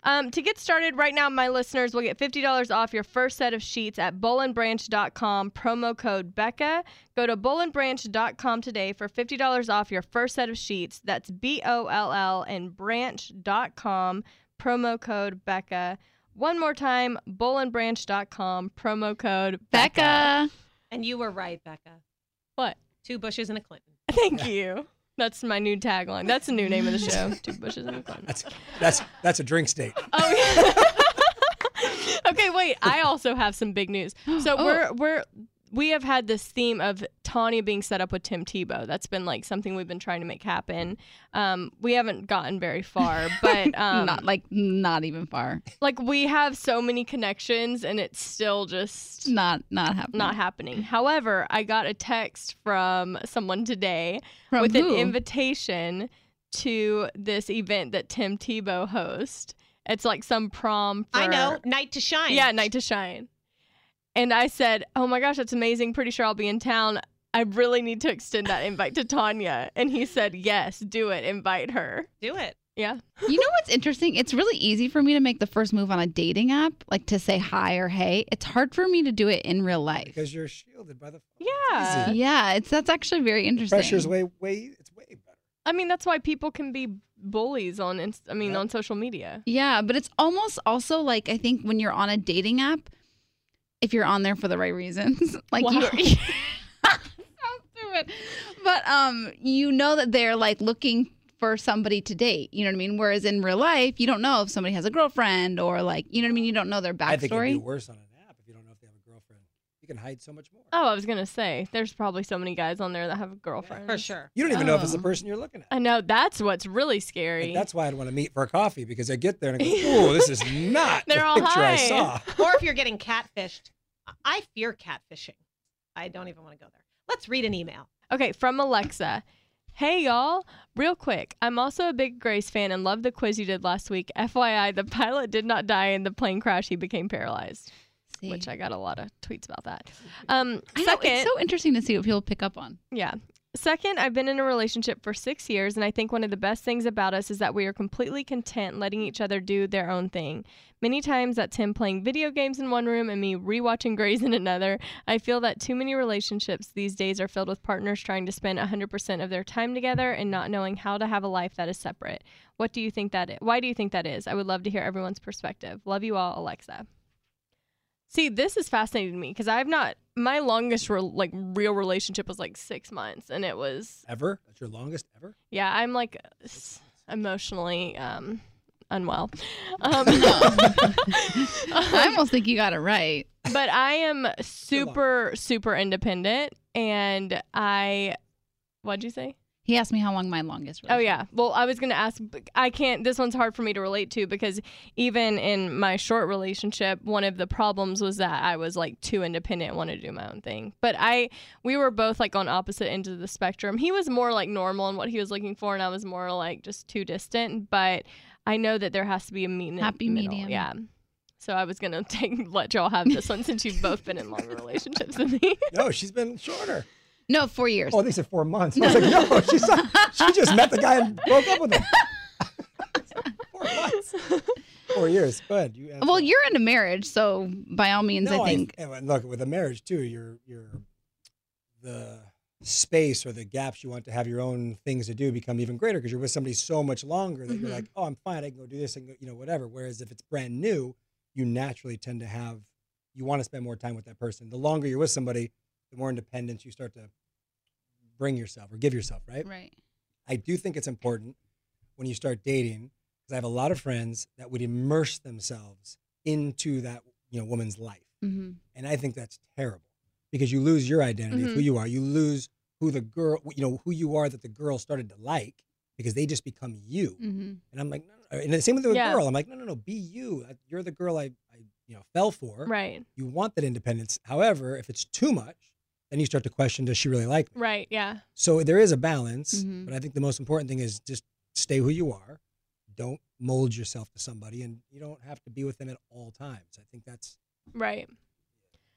Speaker 2: Um, to get started right now, my listeners will get $50 off your first set of sheets at bowlandbranch.com, promo code Becca. Go to bowlandbranch.com today for $50 off your first set of sheets. That's B O L L and branch.com, promo code Becca. One more time, bowlandbranch.com, promo code Becca.
Speaker 3: Becca.
Speaker 5: And you were right, Becca.
Speaker 2: What?
Speaker 5: Two Bushes and a Clinton.
Speaker 2: Thank you. That's my new tagline. That's the new name of the show. Two bushes and a clown.
Speaker 4: That's that's that's a drink state.
Speaker 2: Oh yeah. okay, wait. I also have some big news. So
Speaker 3: Oh.
Speaker 2: we're we're we have had this theme of Tanya being set up with Tim Tebow. That's been like something we've been trying to make happen. Um, we haven't gotten very far, but um,
Speaker 3: not like not even far.
Speaker 2: like we have so many connections, and it's still just
Speaker 3: Not not happening.
Speaker 2: not happening. However, I got a text from someone today
Speaker 3: From
Speaker 2: with
Speaker 3: who?
Speaker 2: an invitation to this event that Tim Tebow hosts. It's like some prom. For,
Speaker 5: I know. Night to Shine.
Speaker 2: Yeah, Night to Shine. And I said, Oh my gosh, that's amazing. Pretty sure I'll be in town. I really need to extend that invite to Tanya. And he said, Yes, do it. Invite her.
Speaker 5: Do it.
Speaker 2: Yeah.
Speaker 3: You know what's interesting? It's really easy for me to make the first move on a dating app, like to say hi or hey. It's hard for me to do it in real life.
Speaker 4: Because you're shielded by the phone.
Speaker 2: Yeah.
Speaker 4: It's easy.
Speaker 3: yeah, it's that's actually very interesting.
Speaker 4: Pressure's way way it's way better.
Speaker 2: I mean, that's why people can be bullies on, Inst- I mean,
Speaker 4: Yep.
Speaker 2: on social media.
Speaker 3: Yeah, but it's almost also like I think when you're on a dating app, if you're on there for the right reasons, like
Speaker 2: Wow.
Speaker 3: you Sounds stupid. But um you know that they're like looking for somebody to date, you know what I mean? Whereas in real life, you don't know if somebody has a girlfriend or like, you know what I mean? You don't know their
Speaker 4: I think it'd be
Speaker 3: backstory.
Speaker 4: worse on an app if you don't know if they have a girlfriend. You can hide so much more.
Speaker 2: Oh, I was going to say, there's probably so many guys on there that have girlfriends.
Speaker 5: For sure.
Speaker 4: You don't even know if it's the
Speaker 3: Oh.
Speaker 4: person you're looking at.
Speaker 2: I know. That's what's really
Speaker 4: Like,
Speaker 2: scary.
Speaker 4: that's why I'd want to meet for a coffee because I get there and I go, "Oh, this is not the
Speaker 2: They're all
Speaker 4: picture I
Speaker 2: high.
Speaker 4: saw."
Speaker 5: or if you're getting catfished. I fear catfishing. I don't even want to go there. Let's read an email.
Speaker 2: Okay, from Alexa. Hey y'all, real quick. I'm also a big Grace fan and love the quiz you did last week. FYI, the pilot did not die in the plane crash; he became paralyzed,
Speaker 3: See.
Speaker 2: which I got a lot of tweets about that. Um,
Speaker 3: I know,
Speaker 2: second,
Speaker 3: it's so interesting to see what people pick up on.
Speaker 2: yeah. Second, I've been in a relationship for six years, and I think one of the best things about us is that we are completely content letting each other do their own thing. Many times that's him playing video games in one room and me rewatching Grey's in another. I feel that too many relationships these days are filled with partners trying to spend 100% of their time together and not knowing how to have a life that is separate. What do you think that is? Why do you think that is? I would love to hear everyone's perspective. Love you all, Alexa. See, this is fascinating to me because I've not my longest re- like real relationship was like 6 months and it was
Speaker 4: Ever? That's your longest ever?
Speaker 2: yeah, I'm like s- emotionally um unwell. Um,
Speaker 3: I almost think you got it right.
Speaker 2: but I am super super independent and I what'd you say?
Speaker 3: He asked me how long my longest
Speaker 2: Oh
Speaker 3: relationship
Speaker 2: yeah. Well, I was going to ask but I can't this one's hard for me to relate to because even in my short relationship, one of the problems was that I was like too independent, wanted to do my own thing. But I we were both like on opposite ends of the spectrum. He was more like normal in what he was looking for and I was more like just too distant, but I know that there has to be a mean
Speaker 3: Happy
Speaker 2: middle.
Speaker 3: medium.
Speaker 2: Yeah. So I was gonna take let y'all have this one since you've both been in longer relationships than me.
Speaker 4: No, she's been shorter.
Speaker 3: No, four years.
Speaker 4: Oh, they said four months. I was like, no, she's not, she just met the guy and broke up with him. four months. Four years. Good. You answered.
Speaker 3: well, you're in a marriage, so by all means,
Speaker 4: No,
Speaker 3: I think.
Speaker 4: and when- look, with a marriage too, you're you're the space or the gaps you want to have your own things to do become even greater because you're with somebody so much longer that you're
Speaker 3: Mhm.
Speaker 4: like, oh, I'm fine, I can go do this and go, you know whatever. Whereas if it's brand new, you naturally tend to have you want to spend more time with that person. The longer you're with somebody, the more independence you start to bring yourself or give yourself, right?
Speaker 3: right.
Speaker 4: I do think it's important when you start dating because I have a lot of friends that would immerse themselves into that you know woman's life.
Speaker 3: Mm-hmm.
Speaker 4: And I think that's terrible because you lose your identity
Speaker 2: Mm-hmm.
Speaker 4: of who you are. You lose who the girl, you know, who you are that the girl started to like because they just become you.
Speaker 3: Mm-hmm.
Speaker 4: And I'm like, no, no. And the same with the
Speaker 2: Mm. Yeah.
Speaker 4: girl. I'm like, no, no, no, be you. I- You're the girl I, I, you know, fell for.
Speaker 2: Right.
Speaker 4: You want that independence. However, if it's too much, then you start to question, does she really like me?
Speaker 2: Right. Yeah.
Speaker 4: So there is a balance.
Speaker 2: Mm-hmm.
Speaker 3: Mhm.
Speaker 4: But I think the most important thing is just stay who you are. Don't mold yourself to somebody and you don't have to be with them at all times. I think that's,
Speaker 2: Right.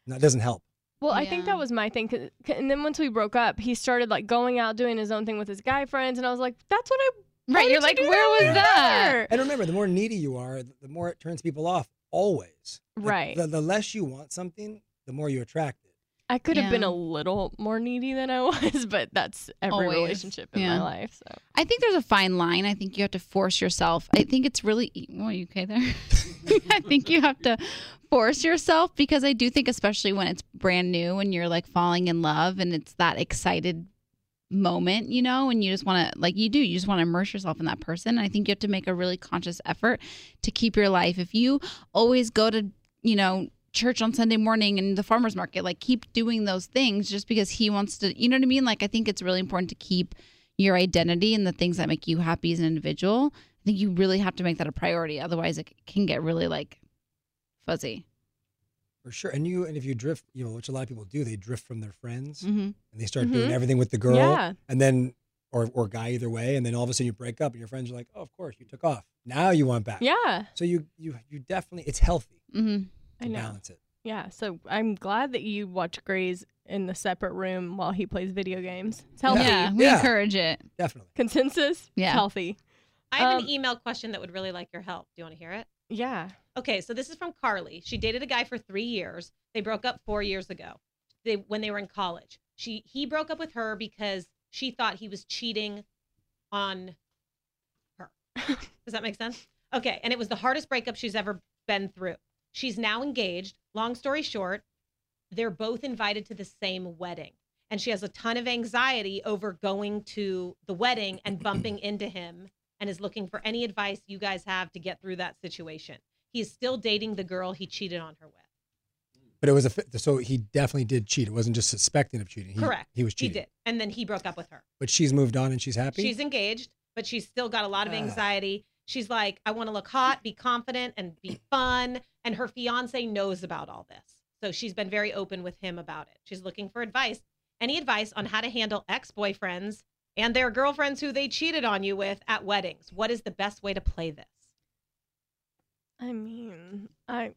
Speaker 4: that doesn't help.
Speaker 2: Well, I think
Speaker 3: Yeah.
Speaker 2: that was my thing. 'cause- and then once we broke up, he started like going out doing his own thing with his guy friends, and I was like, "That's what I." why
Speaker 3: Right.
Speaker 2: did
Speaker 3: You're
Speaker 2: you
Speaker 3: like,
Speaker 2: do
Speaker 3: where was
Speaker 2: with
Speaker 3: that?
Speaker 2: her?"
Speaker 4: And remember, the more needy you are, the more it turns people off. Always. Like,
Speaker 2: Right.
Speaker 4: The, the less you want something, the more you attract it.
Speaker 2: I could have been
Speaker 3: Yeah.
Speaker 2: a little more needy than I was, but that's every
Speaker 3: Always.
Speaker 2: relationship in
Speaker 3: Yeah.
Speaker 2: my life. So.
Speaker 3: I think there's a fine line. I think you have to force yourself. I think it's really. e- Well, are you okay there? I think you have to force yourself because I do think, especially when it's brand new and you're like falling in love and it's that excited moment, you know, and you just want to, like you do, you just want to immerse yourself in that person. And I think you have to make a really conscious effort to keep your life. If you always go to, you know, church on Sunday morning and the farmer's market, like keep doing those things just because he wants to, you know what I mean? Like, I think it's really important to keep your identity and the things that make you happy as an individual. I think you really have to make that a priority. Otherwise, it can get really like fuzzy.
Speaker 4: For sure. And you and if you drift, you know, which a lot of people do, they drift from their friends
Speaker 3: Mm-hmm.
Speaker 4: and they start doing
Speaker 2: Mhm.
Speaker 4: everything with the girl.
Speaker 2: Yeah.
Speaker 4: And then or or guy either way. And then all of a sudden you break up and your friends are like, Oh, of course, you took off. Now you want back.
Speaker 2: Yeah.
Speaker 4: So you you you definitely it's healthy
Speaker 3: Mm-hmm.
Speaker 2: I
Speaker 4: to
Speaker 2: know.
Speaker 4: balance it.
Speaker 2: Yeah. So I'm glad that you watch Grey's in the separate room while he plays video games. It's healthy.
Speaker 3: Yeah, we
Speaker 4: Yeah.
Speaker 3: encourage it.
Speaker 4: Definitely.
Speaker 2: Consensus?
Speaker 3: Yeah.
Speaker 2: It's healthy.
Speaker 5: I have
Speaker 2: Um,
Speaker 5: an email question that would really like your help. Do you want to hear it?
Speaker 2: Yeah.
Speaker 5: Okay, so this is from Carly. She dated a guy for three years. They broke up four years ago. They when they were in college. She he broke up with her because she thought he was cheating on her. Does that make sense? Okay, and it was the hardest breakup she's ever been through. She's now engaged. Long story short, they're both invited to the same wedding. And she has a ton of anxiety over going to the wedding and bumping into him and is looking for any advice you guys have to get through that situation. He is still dating the girl he cheated on her with.
Speaker 4: But it was a fi- so he definitely did cheat. It wasn't just suspecting of cheating. He,
Speaker 5: Correct.
Speaker 4: He was
Speaker 5: He
Speaker 4: cheating.
Speaker 5: did. And then he broke up with her.
Speaker 4: But she's moved on and she's happy.
Speaker 5: She's engaged, but she's still got a lot of
Speaker 4: Ah.
Speaker 5: anxiety. She's like, I want to look hot, be confident, and be fun. And her fiance knows about all this. So she's been very open with him about it. She's looking for advice. Any advice on how to handle ex boyfriends and their girlfriends who they cheated on you with at weddings? What is the best way to play this?
Speaker 2: I mean, I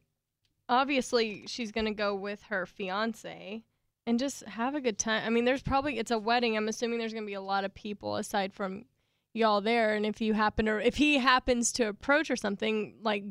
Speaker 2: obviously she's going to go with her fiance and just have a good time. I mean, there's probably it's a wedding. I'm assuming there's going to be a lot of people aside from y'all there and if you happen to if he happens to approach or something, like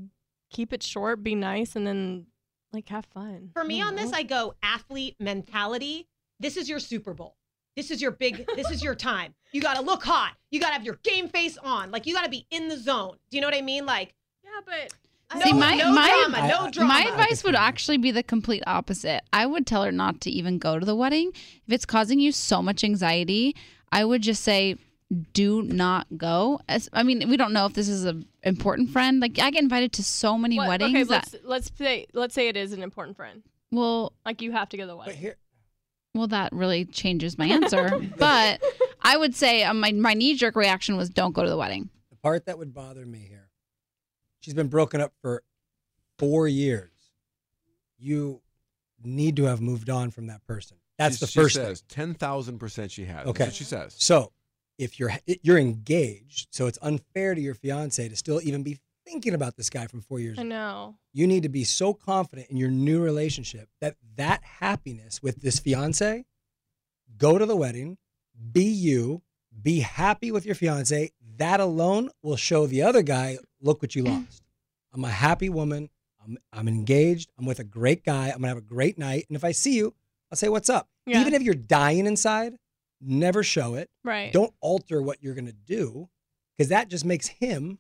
Speaker 2: keep it short, be nice and then like have fun.
Speaker 5: For me
Speaker 2: don't
Speaker 5: on this,
Speaker 2: know.
Speaker 5: I go athlete mentality. This is your Super Bowl. This is your big, this is your time. You got to look hot. You got to have your game face on. Like, you got to be in the zone. Do you know what I mean? Like,
Speaker 2: Yeah, but
Speaker 5: no,
Speaker 3: See, my-
Speaker 5: no
Speaker 3: my-
Speaker 5: drama,
Speaker 4: I-
Speaker 5: no
Speaker 4: I-
Speaker 5: drama.
Speaker 3: My
Speaker 4: I
Speaker 3: advice would
Speaker 4: disagree.
Speaker 3: actually be the complete opposite. I would tell her not to even go to the wedding. If it's causing you so much anxiety, I would just say, do not go. As, I mean, we don't know if this is an important friend. Like, I get invited to so many
Speaker 2: What-
Speaker 3: weddings
Speaker 2: Okay,
Speaker 3: that,
Speaker 2: let's, let's say let's say it is an important friend.
Speaker 3: well,
Speaker 2: Like you have to go to the
Speaker 4: but
Speaker 2: wedding.
Speaker 4: here,
Speaker 3: Well, that really changes my answer. but I would say uh, my, my knee jerk reaction was don't go to the wedding.
Speaker 4: The part that would bother me here, she's been broken up for four years. You need to have moved on from that person. That's
Speaker 6: She-
Speaker 4: the
Speaker 6: she
Speaker 4: first
Speaker 6: says,
Speaker 4: thing.
Speaker 6: Ten thousand percent, she has.
Speaker 4: Okay.
Speaker 6: That's what she says.
Speaker 4: So if you're you're engaged, so it's unfair to your fiance to still even be thinking about this guy from four years
Speaker 2: I
Speaker 4: ago.
Speaker 2: know.
Speaker 4: You need to be so confident in your new relationship that that happiness with this fiance, go to the wedding, be you, be happy with your fiance. That alone will show the other guy, look what you lost. I'm a happy woman. I'm, I'm engaged. I'm with a great guy. I'm going to have a great night. And if I see you, I'll say, what's up?
Speaker 2: Yeah.
Speaker 4: Even if you're dying inside, never show it
Speaker 2: Right.
Speaker 4: don't alter what you're going to do because that just makes him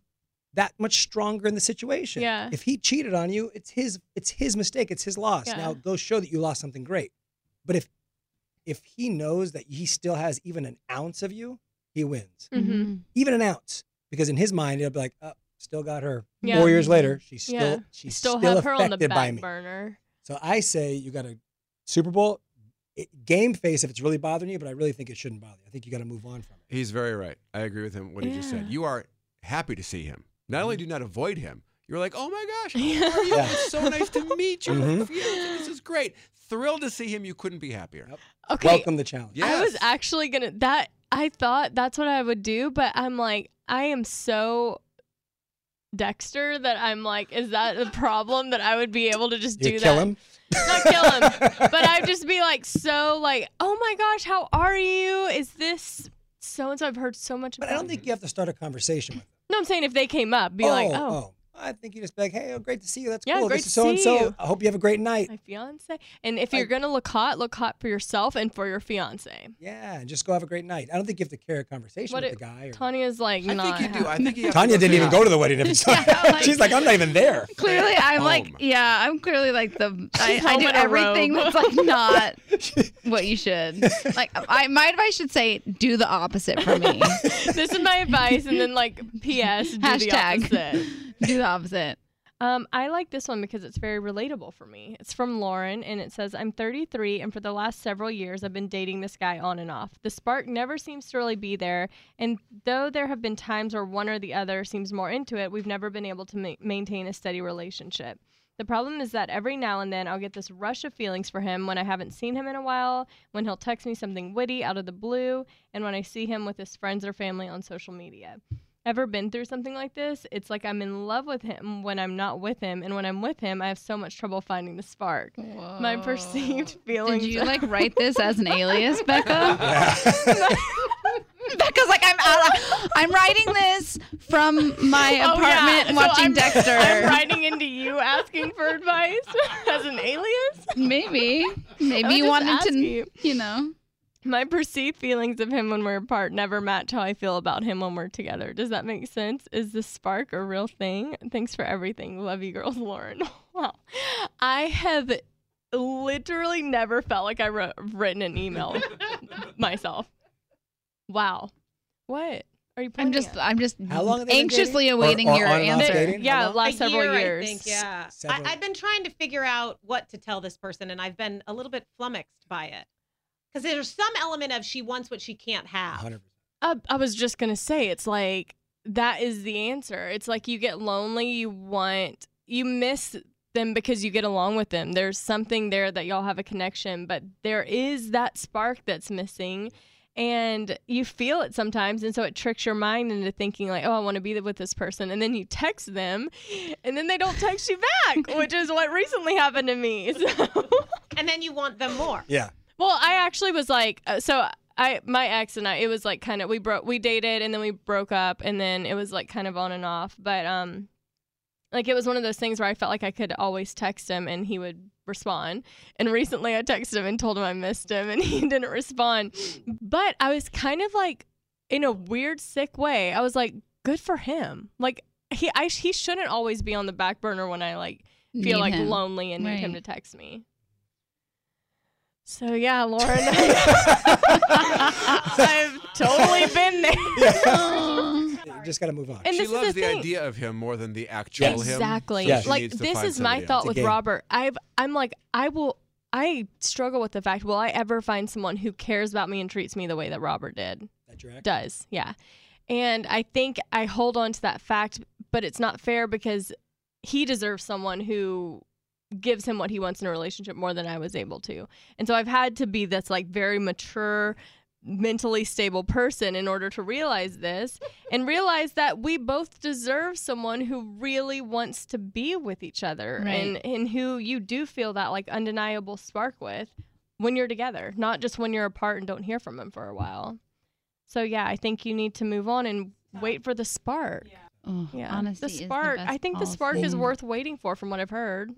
Speaker 4: that much stronger in the situation
Speaker 2: Yeah.
Speaker 4: if he cheated on you it's his it's his mistake it's his loss
Speaker 2: Yeah.
Speaker 4: now go show that you lost something great but if if he knows that he still has even an ounce of you he wins
Speaker 2: Mm-hmm.
Speaker 4: even an ounce because in his mind it'll be like oh, still got her
Speaker 2: Yeah.
Speaker 4: four years later she's still
Speaker 2: Yeah.
Speaker 4: she's
Speaker 2: Still
Speaker 4: still,
Speaker 2: have
Speaker 4: affected
Speaker 2: her on the
Speaker 4: by
Speaker 2: back
Speaker 4: me
Speaker 2: burner.
Speaker 4: so I say you got a Super Bowl it, game face if it's really bothering you, but I really think it shouldn't bother you. I think you got to move on from it.
Speaker 6: He's very right. I agree with him what he just said.
Speaker 2: Yeah.
Speaker 6: You are happy to see him. Not only do you not avoid him, you're like, oh my gosh, how are you?
Speaker 4: Yeah.
Speaker 6: It's so nice to meet you.
Speaker 4: Mhm.
Speaker 6: Fiance, This is great. Thrilled to see him. You couldn't be happier.
Speaker 4: Yep.
Speaker 2: Okay.
Speaker 4: Welcome the challenge.
Speaker 6: Yeah.
Speaker 2: I was
Speaker 6: Yes.
Speaker 2: actually gonna that I thought that's what I would do, but I'm like, I am so Dexter that I'm like, is that the problem that I would be able to just
Speaker 4: You
Speaker 2: do
Speaker 4: kill
Speaker 2: that?
Speaker 4: him.
Speaker 2: Not kill him. but I'd just be like so like, oh my gosh, how are you? Is this so and so I've heard so much
Speaker 4: But
Speaker 2: about
Speaker 4: I don't think you have to start a conversation with him.
Speaker 2: No, I'm saying if they came up, be like, oh,
Speaker 4: I think you just be like, hey, oh, great to see you. That's
Speaker 2: Yeah,
Speaker 4: cool.
Speaker 2: great
Speaker 4: this
Speaker 2: to
Speaker 4: is so and
Speaker 2: see
Speaker 4: so.
Speaker 2: you.
Speaker 4: I hope you have a great night.
Speaker 2: my fiance. And if
Speaker 4: oh. I-
Speaker 2: you're gonna look hot, look hot for yourself and for your fiance.
Speaker 4: Yeah, and just go have a great night. I don't think you have to carry a conversation
Speaker 2: What
Speaker 4: with
Speaker 2: it-
Speaker 4: the guy. Or...
Speaker 2: Tanya's like,
Speaker 6: I
Speaker 2: not
Speaker 6: think you do. I think you have to
Speaker 4: Tanya didn't even
Speaker 6: through
Speaker 4: go to the wedding. Every time.
Speaker 3: Yeah, like-
Speaker 4: She's like, I'm not even there.
Speaker 3: Clearly, I'm like,
Speaker 6: Home.
Speaker 3: yeah, I'm clearly like the. I,
Speaker 2: She's
Speaker 3: I
Speaker 2: home
Speaker 3: do
Speaker 2: in a
Speaker 3: everything
Speaker 2: robe.
Speaker 3: that's like not what you should. Like, I my advice should say, do the opposite for me.
Speaker 2: this is my advice, and then like P.S. Do
Speaker 3: Hashtag.
Speaker 2: The opposite.
Speaker 3: do the opposite.
Speaker 2: Um, I like this one because it's very relatable for me. It's from Lauren, and it says, I'm 33, and for the last several years, I've been dating this guy on and off. The spark never seems to really be there, and though there have been times where one or the other seems more into it, we've never been able to ma- maintain a steady relationship. The problem is that every now and then I'll get this rush of feelings for him when I haven't seen him in a while, when he'll text me something witty out of the blue, and when I see him with his friends or family on social media ever been through something like this, it's like I'm in love with him when I'm not with him, and when I'm with him, I have so much trouble finding the spark. My perceived feelings.
Speaker 3: Did you like write this as an alias, Becca?
Speaker 4: Yeah.
Speaker 3: Becca's like, I'm out. I'm writing this from my
Speaker 2: Oh,
Speaker 3: apartment
Speaker 2: yeah. So
Speaker 3: watching
Speaker 2: I'm-
Speaker 3: Dexter.
Speaker 2: I'm writing into you asking for advice as an alias.
Speaker 3: Maybe, maybe you
Speaker 2: just
Speaker 3: wanted to,
Speaker 2: ask you.
Speaker 3: you know.
Speaker 2: My perceived feelings of him when we're apart never match how I feel about him when we're together. Does that make sense? Is this spark a real thing? Thanks for everything. Love you, girls, Lauren. Wow. I have literally never felt like I wrote, written an email myself. Wow. What are you pointing
Speaker 3: I'm just,
Speaker 2: at?
Speaker 3: I'm just
Speaker 4: How long have they been
Speaker 3: anxiously
Speaker 4: dating? Or-
Speaker 3: awaiting
Speaker 4: or
Speaker 3: your
Speaker 4: on and off
Speaker 3: answer.
Speaker 4: dating?
Speaker 2: Yeah,
Speaker 4: How long?
Speaker 2: last
Speaker 5: A
Speaker 2: several
Speaker 5: year,
Speaker 2: years.
Speaker 5: I think, yeah. I,
Speaker 4: Several-
Speaker 5: I've been trying to figure out what to tell this person, and I've been a little bit flummoxed by it. Because there's some element of she wants what she can't have.
Speaker 4: 100%.
Speaker 2: I, I was just gonna say it's like that is the answer. It's like you get lonely, you want you miss them because you get along with them. There's something there that y'all have a connection, but there is that spark that's missing. And you feel it sometimes, and so it tricks your mind into thinking like, "Oh, I want to be with this person," and then you text them, and then they don't text you back, which is what recently happened to me. So.
Speaker 5: And then you want them more.
Speaker 4: Yeah.
Speaker 2: Well, I actually was like, uh, so I, my ex and I, it was like kind of we broke, we dated, and then we broke up, and then it was like kind of on and off. But um, like it was one of those things where I felt like I could always text him and he would respond. And recently, I texted him and told him I missed him, and he didn't respond. But I was kind of like, in a weird, sick way, I was like, good for him. Like he, I, he shouldn't always be on the back burner when I like feel
Speaker 3: Need
Speaker 2: like
Speaker 3: him.
Speaker 2: lonely and need him to
Speaker 3: Right.
Speaker 2: text me. So yeah, Lauren, I've totally been there.
Speaker 3: Oh.
Speaker 4: You just got to move on.
Speaker 2: And
Speaker 6: she
Speaker 2: this
Speaker 6: loves
Speaker 2: is the,
Speaker 6: the
Speaker 2: thing.
Speaker 6: idea of him more than the actual him.
Speaker 2: Exactly.
Speaker 6: so
Speaker 4: Yes.
Speaker 6: she
Speaker 2: Like
Speaker 6: needs to
Speaker 2: this
Speaker 6: find
Speaker 2: is my
Speaker 6: somebody
Speaker 2: thought
Speaker 6: else.
Speaker 4: It's a
Speaker 2: with
Speaker 4: game.
Speaker 2: Robert. I've I'm like I will I struggle with the fact will I ever find someone who cares about me and treats me the way that Robert did?
Speaker 4: That your ex-
Speaker 2: Does. Yeah. And I think I hold on to that fact, but it's not fair because he deserves someone who gives him what he wants in a relationship more than I was able to. And so I've had to be this like very mature mentally stable person in order to realize this and realize that we both deserve someone who really wants to be with each other
Speaker 3: Right.
Speaker 2: and, and who you do feel that like undeniable spark with when you're together, not just when you're apart and don't hear from them for a while. So yeah, I think you need to move on and wait for the spark.
Speaker 3: Oh,
Speaker 2: Yeah.
Speaker 3: Honesty
Speaker 2: the spark.
Speaker 3: Is the best
Speaker 2: I think the
Speaker 3: policy.
Speaker 2: spark is worth waiting for from what I've heard.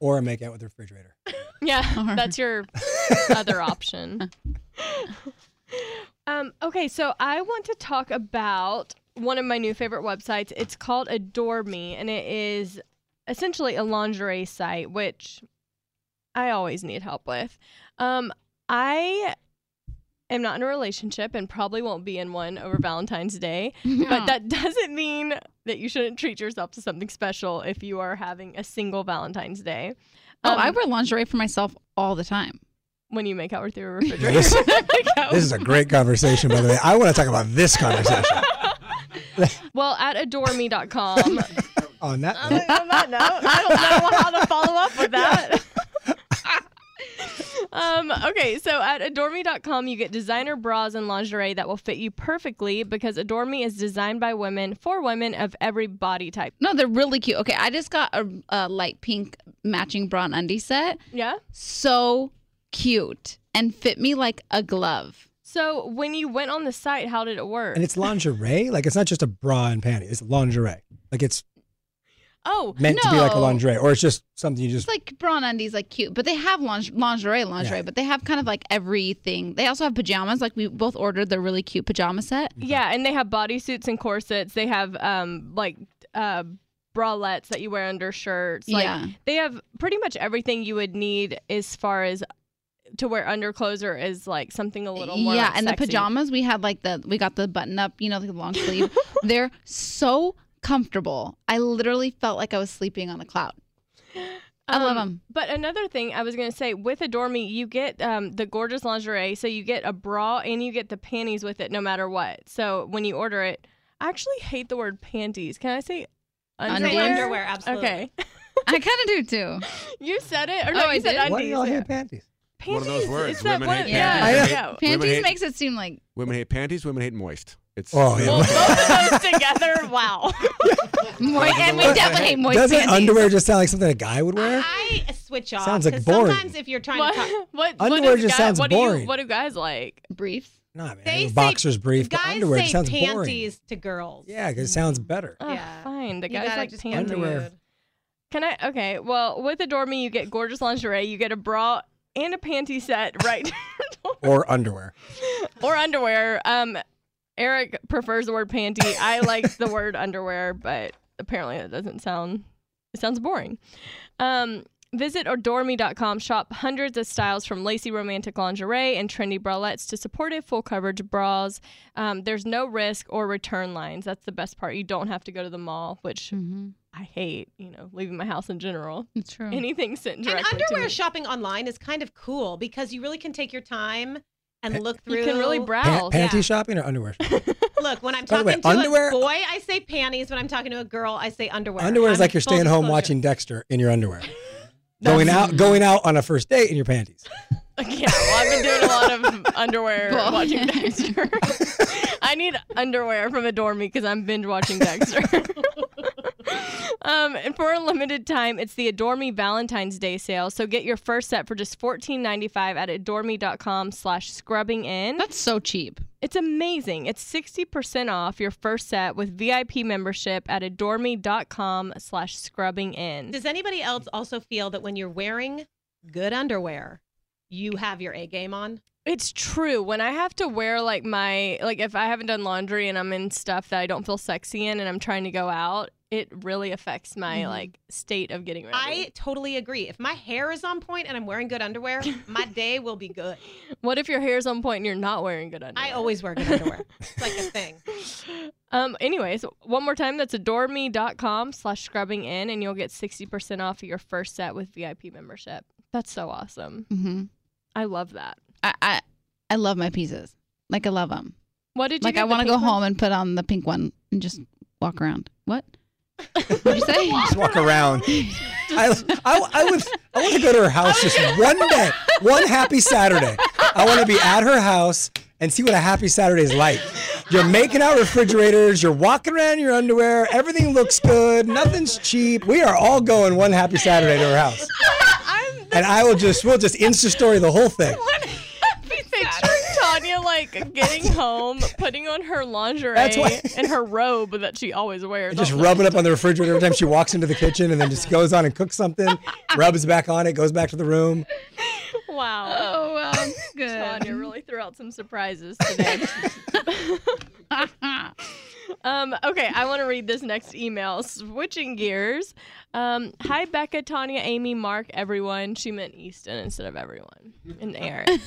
Speaker 4: or make out with the refrigerator.
Speaker 2: Yeah,
Speaker 3: Or-
Speaker 2: that's your other option. um, okay, so I want to talk about one of my new favorite websites. It's called Adore Me, and it is essentially a lingerie site, which I always need help with. Um, I am not in a relationship and probably won't be in one over Valentine's Day. But that doesn't mean that you shouldn't treat yourself to something special if you are having a single Valentine's Day.
Speaker 3: Oh,
Speaker 2: Um,
Speaker 3: I wear lingerie for myself all the time.
Speaker 2: when you make out with your refrigerator.
Speaker 4: this-
Speaker 2: Make out
Speaker 4: This is a great conversation, by the way. I want to talk about this conversation.
Speaker 2: well, at adoreme.com.
Speaker 4: On that,
Speaker 2: I
Speaker 4: note,
Speaker 2: mean, on that note, I don't know how to follow up with that. um, okay, so at adoreme.com, you get designer bras and lingerie that will fit you perfectly because Adore Me is designed by women for women of every body type.
Speaker 3: No, they're really cute. Okay, I just got a, a light pink matching bra and undie set.
Speaker 2: Yeah?
Speaker 3: So cute and fit me like a glove.
Speaker 2: So when you went on the site, how did it work?
Speaker 4: and it's lingerie. Like it's not just a bra and panty. It's lingerie. Like it's
Speaker 2: oh,
Speaker 4: meant to be like a
Speaker 3: No.
Speaker 4: lingerie, or it's just something you just
Speaker 3: It's like bra and undies, like cute, but they have linge- lingerie, lingerie,
Speaker 4: Yeah.
Speaker 3: but they have kind of like everything. They also have pajamas. Like we both ordered the really cute pajama set.
Speaker 2: Yeah, and they have bodysuits and corsets. They have um like uh bralettes that you wear under shirts. Like
Speaker 3: Yeah.
Speaker 2: they have pretty much everything you would need as far as to wear underclothes or is like something a little more
Speaker 3: yeah
Speaker 2: like,
Speaker 3: and
Speaker 2: sexy.
Speaker 3: the pajamas we had like the we got the button up you know the long sleeve they're so comfortable i literally felt like i was sleeping on a cloud i love
Speaker 2: Um,
Speaker 3: them
Speaker 2: But another thing I was going to say with Adore Me, you get um, the gorgeous lingerie. So you get a bra and you get the panties with it no matter what. So when you order it, I actually hate the word panties. Can I say
Speaker 3: Undies.
Speaker 2: underwear?
Speaker 5: Underwear, absolutely.
Speaker 2: Okay.
Speaker 3: i kind of do too
Speaker 2: You said it. Or no,
Speaker 3: Oh, I
Speaker 2: you said
Speaker 3: did?
Speaker 2: undies.
Speaker 4: why do y'all
Speaker 2: yeah.
Speaker 4: hate panties?
Speaker 6: One of those
Speaker 2: Panties,
Speaker 6: words,
Speaker 2: it's that
Speaker 6: women hate
Speaker 2: one- yeah,
Speaker 6: panties.
Speaker 2: yeah.
Speaker 3: panties
Speaker 6: hate-
Speaker 3: makes it seem like
Speaker 6: Women hate panties. Women hate moist. It's
Speaker 4: Oh, yeah.
Speaker 2: Well, both of those together, wow.
Speaker 3: moi- and we definitely hate moist
Speaker 4: Doesn't
Speaker 3: panties.
Speaker 4: underwear just sound like something a guy would wear?
Speaker 5: I switch off.
Speaker 4: Sounds like
Speaker 5: 'cause
Speaker 4: boring.
Speaker 5: Sometimes if you're trying
Speaker 2: What,
Speaker 5: to talk,
Speaker 2: what, what,
Speaker 4: Underwear
Speaker 2: do
Speaker 4: just
Speaker 2: guy-
Speaker 4: sounds
Speaker 2: what Do
Speaker 4: boring.
Speaker 2: you, what do guys like?
Speaker 3: briefs
Speaker 4: Nah, man.
Speaker 5: they say
Speaker 4: boxer's brief, but
Speaker 5: guys
Speaker 4: underwear
Speaker 5: say
Speaker 4: just sounds boring.
Speaker 5: panties to girls.
Speaker 4: Yeah, because it sounds better.
Speaker 2: Oh,
Speaker 5: Yeah.
Speaker 2: fine. The
Speaker 5: You
Speaker 2: guys
Speaker 5: gotta
Speaker 2: like
Speaker 5: just go
Speaker 2: panties.
Speaker 4: Underwear.
Speaker 5: dude.
Speaker 2: Can I? Okay. Well, with Adore Me, you get gorgeous lingerie, you get a bra and a panty set, right?
Speaker 4: Or underwear.
Speaker 2: or underwear. Um, Eric prefers the word panty. I like the word underwear, but apparently that doesn't sound. It sounds boring. Um, visit adoreme.com. Shop hundreds of styles from lacy romantic lingerie and trendy bralettes to supportive full coverage bras. Um, there's no risk or return lines. That's the best part. You don't have to go to the mall, which
Speaker 5: Hmm.
Speaker 3: mm-hmm.
Speaker 2: I hate. You know, leaving my house in general.
Speaker 3: it's true
Speaker 2: Anything sent
Speaker 5: Hmm. And
Speaker 2: directly to
Speaker 5: underwear
Speaker 2: me.
Speaker 5: shopping online is kind of cool because you really can take your time
Speaker 4: Pa-
Speaker 5: and look through.
Speaker 2: you can really
Speaker 4: Pa-
Speaker 2: browse.
Speaker 4: panty
Speaker 5: yeah.
Speaker 4: shopping or underwear? shopping?
Speaker 5: Look, when I'm
Speaker 4: By the
Speaker 5: talking
Speaker 4: way,
Speaker 5: to
Speaker 4: underwear-
Speaker 5: a boy, I say panties. When I'm talking to a girl, I say underwear.
Speaker 4: underwear is
Speaker 5: I'm
Speaker 4: like you're
Speaker 5: full
Speaker 4: staying home
Speaker 5: disclosure.
Speaker 4: watching Dexter in your underwear. going out, going out on a first date in your panties.
Speaker 2: Yeah, well, I've been doing a lot of underwear
Speaker 3: Well-
Speaker 2: watching Dexter. I need underwear from Adore Me because I'm binge watching Dexter. um, and for a limited time, it's the Adore Me Valentine's Day sale. So get your first set for just $14.95 at adoreme.com slash scrubbing in.
Speaker 3: that's so cheap
Speaker 2: It's amazing. It's 60% off your first set with VIP membership at adoreme.com slash scrubbing in.
Speaker 5: Does anybody else also feel that when you're wearing good underwear, you have your A game on?
Speaker 2: It's true. When I have to wear like my like if I haven't done laundry and I'm in stuff that I don't feel sexy in and I'm trying to go out, it really affects my
Speaker 3: Mhm.
Speaker 2: like state of getting ready.
Speaker 5: Mm-hmm. I totally agree. If my hair is on point and I'm wearing good underwear, my day will be good.
Speaker 2: what if your hair's on point and you're not wearing good underwear?
Speaker 5: I always wear good underwear. It's like a thing.
Speaker 2: Um anyways, one more time that's adoreme.com slash scrubbing in and you'll get sixty percent off your first set with VIP membership. That's so awesome.
Speaker 3: mm-hmm.
Speaker 2: I love that.
Speaker 3: I, I i love my pieces like i love them
Speaker 2: What did you
Speaker 3: like
Speaker 2: get
Speaker 3: i
Speaker 2: the
Speaker 3: want to go
Speaker 2: pink one?
Speaker 3: home and put on the pink one and just walk around what What'd you say?
Speaker 4: Just walk around. I, I, I would I want to go to her house just one day, one happy Saturday. I want to be at her house and see what a happy Saturday is like. You're making out refrigerators. You're walking around in your underwear. Everything looks good. Nothing's cheap. We are all going one happy Saturday to her house,
Speaker 2: I'm
Speaker 4: and I will just we'll just Insta story the whole thing.
Speaker 2: picturing Tanya like getting home, putting on her lingerie
Speaker 4: That's why-
Speaker 2: and her robe that she always wears. Oh,
Speaker 4: And just rub it up on the refrigerator every time she walks into the kitchen, and then just goes on and cooks something, rubs back on it, goes back to the room.
Speaker 2: Wow.
Speaker 3: Oh, well, good.
Speaker 2: Tanya really threw out some surprises today. um, okay, I want to read this next email. Switching gears. Um, Hi, Becca, Tanya, Amy, Mark, everyone. She meant Easton instead of everyone. And Aaron.